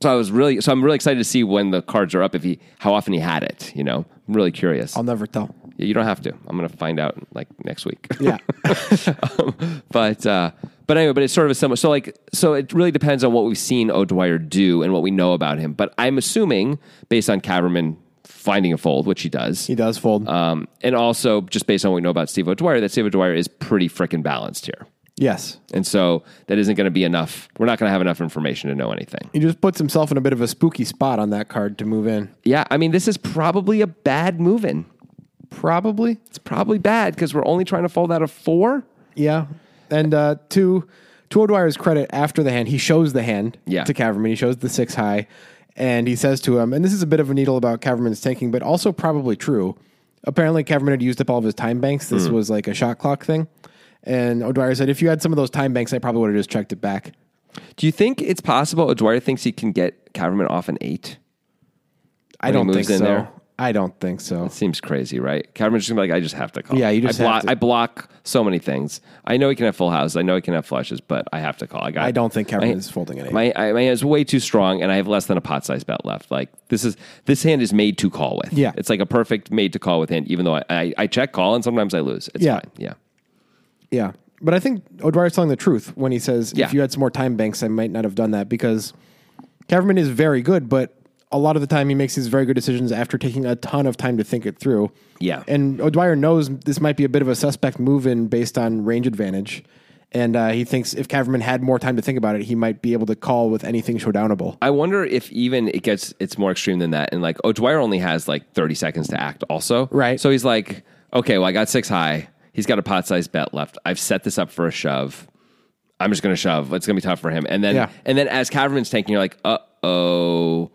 [SPEAKER 1] so I was really so I'm really excited to see when the cards are up if he how often he had it, you know. I'm really curious.
[SPEAKER 2] I'll never tell.
[SPEAKER 1] you don't have to. I'm gonna find out like next week.
[SPEAKER 2] Yeah.
[SPEAKER 1] but uh, but anyway, but it's sort of a similar. So like, so it really depends on what we've seen O'Dwyer do and what we know about him. But I'm assuming based on Caverman finding a fold, which he does,
[SPEAKER 2] he does fold.
[SPEAKER 1] um, and also just based on what we know about Steve O'Dwyer, that Steve O'Dwyer is pretty frickin' balanced here.
[SPEAKER 2] yes.
[SPEAKER 1] And so that isn't going to be enough. We're not going to have enough information to know anything.
[SPEAKER 2] He just puts himself in a bit of a spooky spot on that card to move in.
[SPEAKER 1] Yeah, I mean, this is probably a bad move-in.
[SPEAKER 2] Probably.
[SPEAKER 1] It's probably bad because we're only trying to fold out of four.
[SPEAKER 2] Yeah. And uh, to to O'Dwyer's credit, after the hand, he shows the hand
[SPEAKER 1] Yeah.
[SPEAKER 2] to Caverman. He shows the six high, and he says to him, and this is a bit of a needle about Caverman's tanking, but also probably true. Apparently, Caverman had used up all of his time banks.
[SPEAKER 1] Hmm.
[SPEAKER 2] This was like a shot clock thing. And O'Dwyer said, if you had some of those time banks, I probably would have just checked it back.
[SPEAKER 1] Do you think it's possible O'Dwyer thinks he can get Caverman off an eight?
[SPEAKER 2] I
[SPEAKER 1] When
[SPEAKER 2] don't
[SPEAKER 1] he
[SPEAKER 2] think
[SPEAKER 1] moves in
[SPEAKER 2] so.
[SPEAKER 1] there?
[SPEAKER 2] I don't think so.
[SPEAKER 1] Seems crazy, right? Cameron's just gonna be like, I just have to call.
[SPEAKER 2] Yeah, you just
[SPEAKER 1] I block,
[SPEAKER 2] have to.
[SPEAKER 1] I block so many things. I know he can have full houses. I know he can have flushes, but I have to call. I got.
[SPEAKER 2] I don't think Caverman
[SPEAKER 1] my-
[SPEAKER 2] is folding an eight.
[SPEAKER 1] My I, my hand's way too strong, and I have less than a pot size bet left. Like this is this hand is made to call with.
[SPEAKER 2] Yeah.
[SPEAKER 1] it's like a perfect made to call with hand. Even though I, I, I check call and sometimes I lose. It's
[SPEAKER 2] Yeah.
[SPEAKER 1] fine. Yeah.
[SPEAKER 2] Yeah. But I think O'Dwyer's telling the truth when he says,
[SPEAKER 1] Yeah.
[SPEAKER 2] if you had some more time banks, I might not have done that because Caverman is very good, but a lot of the time he makes these very good decisions after taking a ton of time to think it through.
[SPEAKER 1] Yeah.
[SPEAKER 2] And O'Dwyer knows this might be a bit of a suspect move in based on range advantage. And uh, he thinks if Caverman had more time to think about it, he might be able to call with anything showdownable.
[SPEAKER 1] I wonder if even it gets it's more extreme than that. And like O'Dwyer only has like 30 seconds to act also.
[SPEAKER 2] Right.
[SPEAKER 1] So he's like, okay, well, I got six high. He's got a pot sized bet left. I've set this up for a shove. I'm just gonna shove. It's gonna be tough for him. And then
[SPEAKER 2] Yeah.
[SPEAKER 1] and then as Caverman's tanking, you're like, uh oh,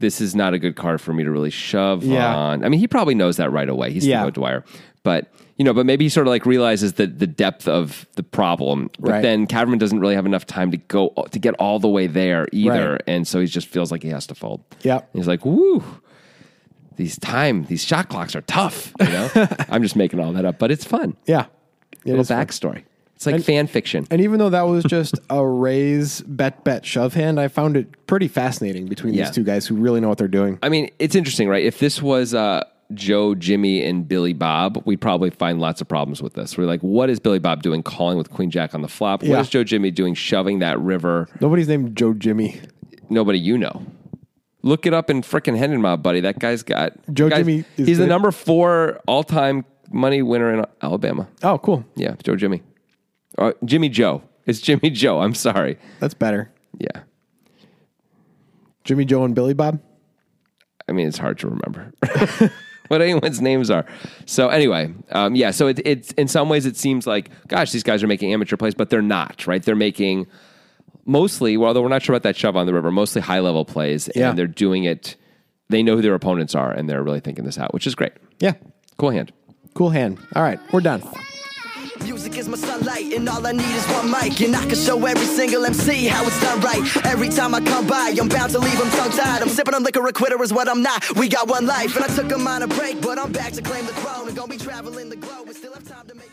[SPEAKER 1] this is not a good card for me to really shove
[SPEAKER 2] Yeah.
[SPEAKER 1] on. I mean, he probably knows that right away. He's
[SPEAKER 2] Yeah.
[SPEAKER 1] yeah. O'Dwyer. But you know, but maybe he sort of like realizes the the depth of the problem. But
[SPEAKER 2] Right.
[SPEAKER 1] then Caverman doesn't really have enough time to go to get all the way there either
[SPEAKER 2] Right.
[SPEAKER 1] and so he just feels like he has to fold.
[SPEAKER 2] Yep.
[SPEAKER 1] And he's like, "Woo, these time, these shot clocks are tough." You know, I'm just making all that up, but it's fun.
[SPEAKER 2] Yeah. It
[SPEAKER 1] Little
[SPEAKER 2] is fun.
[SPEAKER 1] backstory. It's like fan fiction.
[SPEAKER 2] And even though that was just a raise, bet, bet, shove hand, I found it pretty fascinating between
[SPEAKER 1] Yeah.
[SPEAKER 2] these two guys who really know what they're doing.
[SPEAKER 1] I mean, it's interesting, right? If this was uh, Joe, Jimmy, and Billy Bob, we'd probably find lots of problems with this. We're like, what is Billy Bob doing calling with Queen Jack on the flop?
[SPEAKER 2] Yeah.
[SPEAKER 1] What is Joe Jimmy doing shoving that river?
[SPEAKER 2] Nobody's named Joe Jimmy.
[SPEAKER 1] Nobody you know. Look it up in frickin' Hendon Mob, buddy. That guy's got
[SPEAKER 2] Joe
[SPEAKER 1] guy's-
[SPEAKER 2] Jimmy is
[SPEAKER 1] he's the
[SPEAKER 2] the-
[SPEAKER 1] number four all time money winner in Alabama.
[SPEAKER 2] Oh, cool.
[SPEAKER 1] Yeah, Joe Jimmy. Or Jimmy Joe. It's Jimmy Joe. I'm sorry.
[SPEAKER 2] That's better.
[SPEAKER 1] Yeah.
[SPEAKER 2] Jimmy Joe and Billy Bob.
[SPEAKER 1] I mean, it's hard to remember what anyone's names are. So anyway, um, yeah. So it, it's in some ways it seems like, gosh, these guys are making amateur plays, but they're not, right? They're making mostly, well, although we're not sure about that shove on the river, mostly high level plays,
[SPEAKER 2] Yeah.
[SPEAKER 1] and they're doing it. They know who their opponents are, and they're really thinking this out, which is great.
[SPEAKER 2] Yeah.
[SPEAKER 1] Cool hand.
[SPEAKER 2] Cool hand. All right, we're done.
[SPEAKER 3] Music is my sunlight, and all I need is one mic. And I can show every single MC how it's done right. Every time I come by, I'm bound to leave them tongue tied. I'm sipping on liquor, a quitter is what I'm not. We got one life, and I took a minor break, but I'm back to claim the throne. And gonna be traveling the globe, and still have time to make.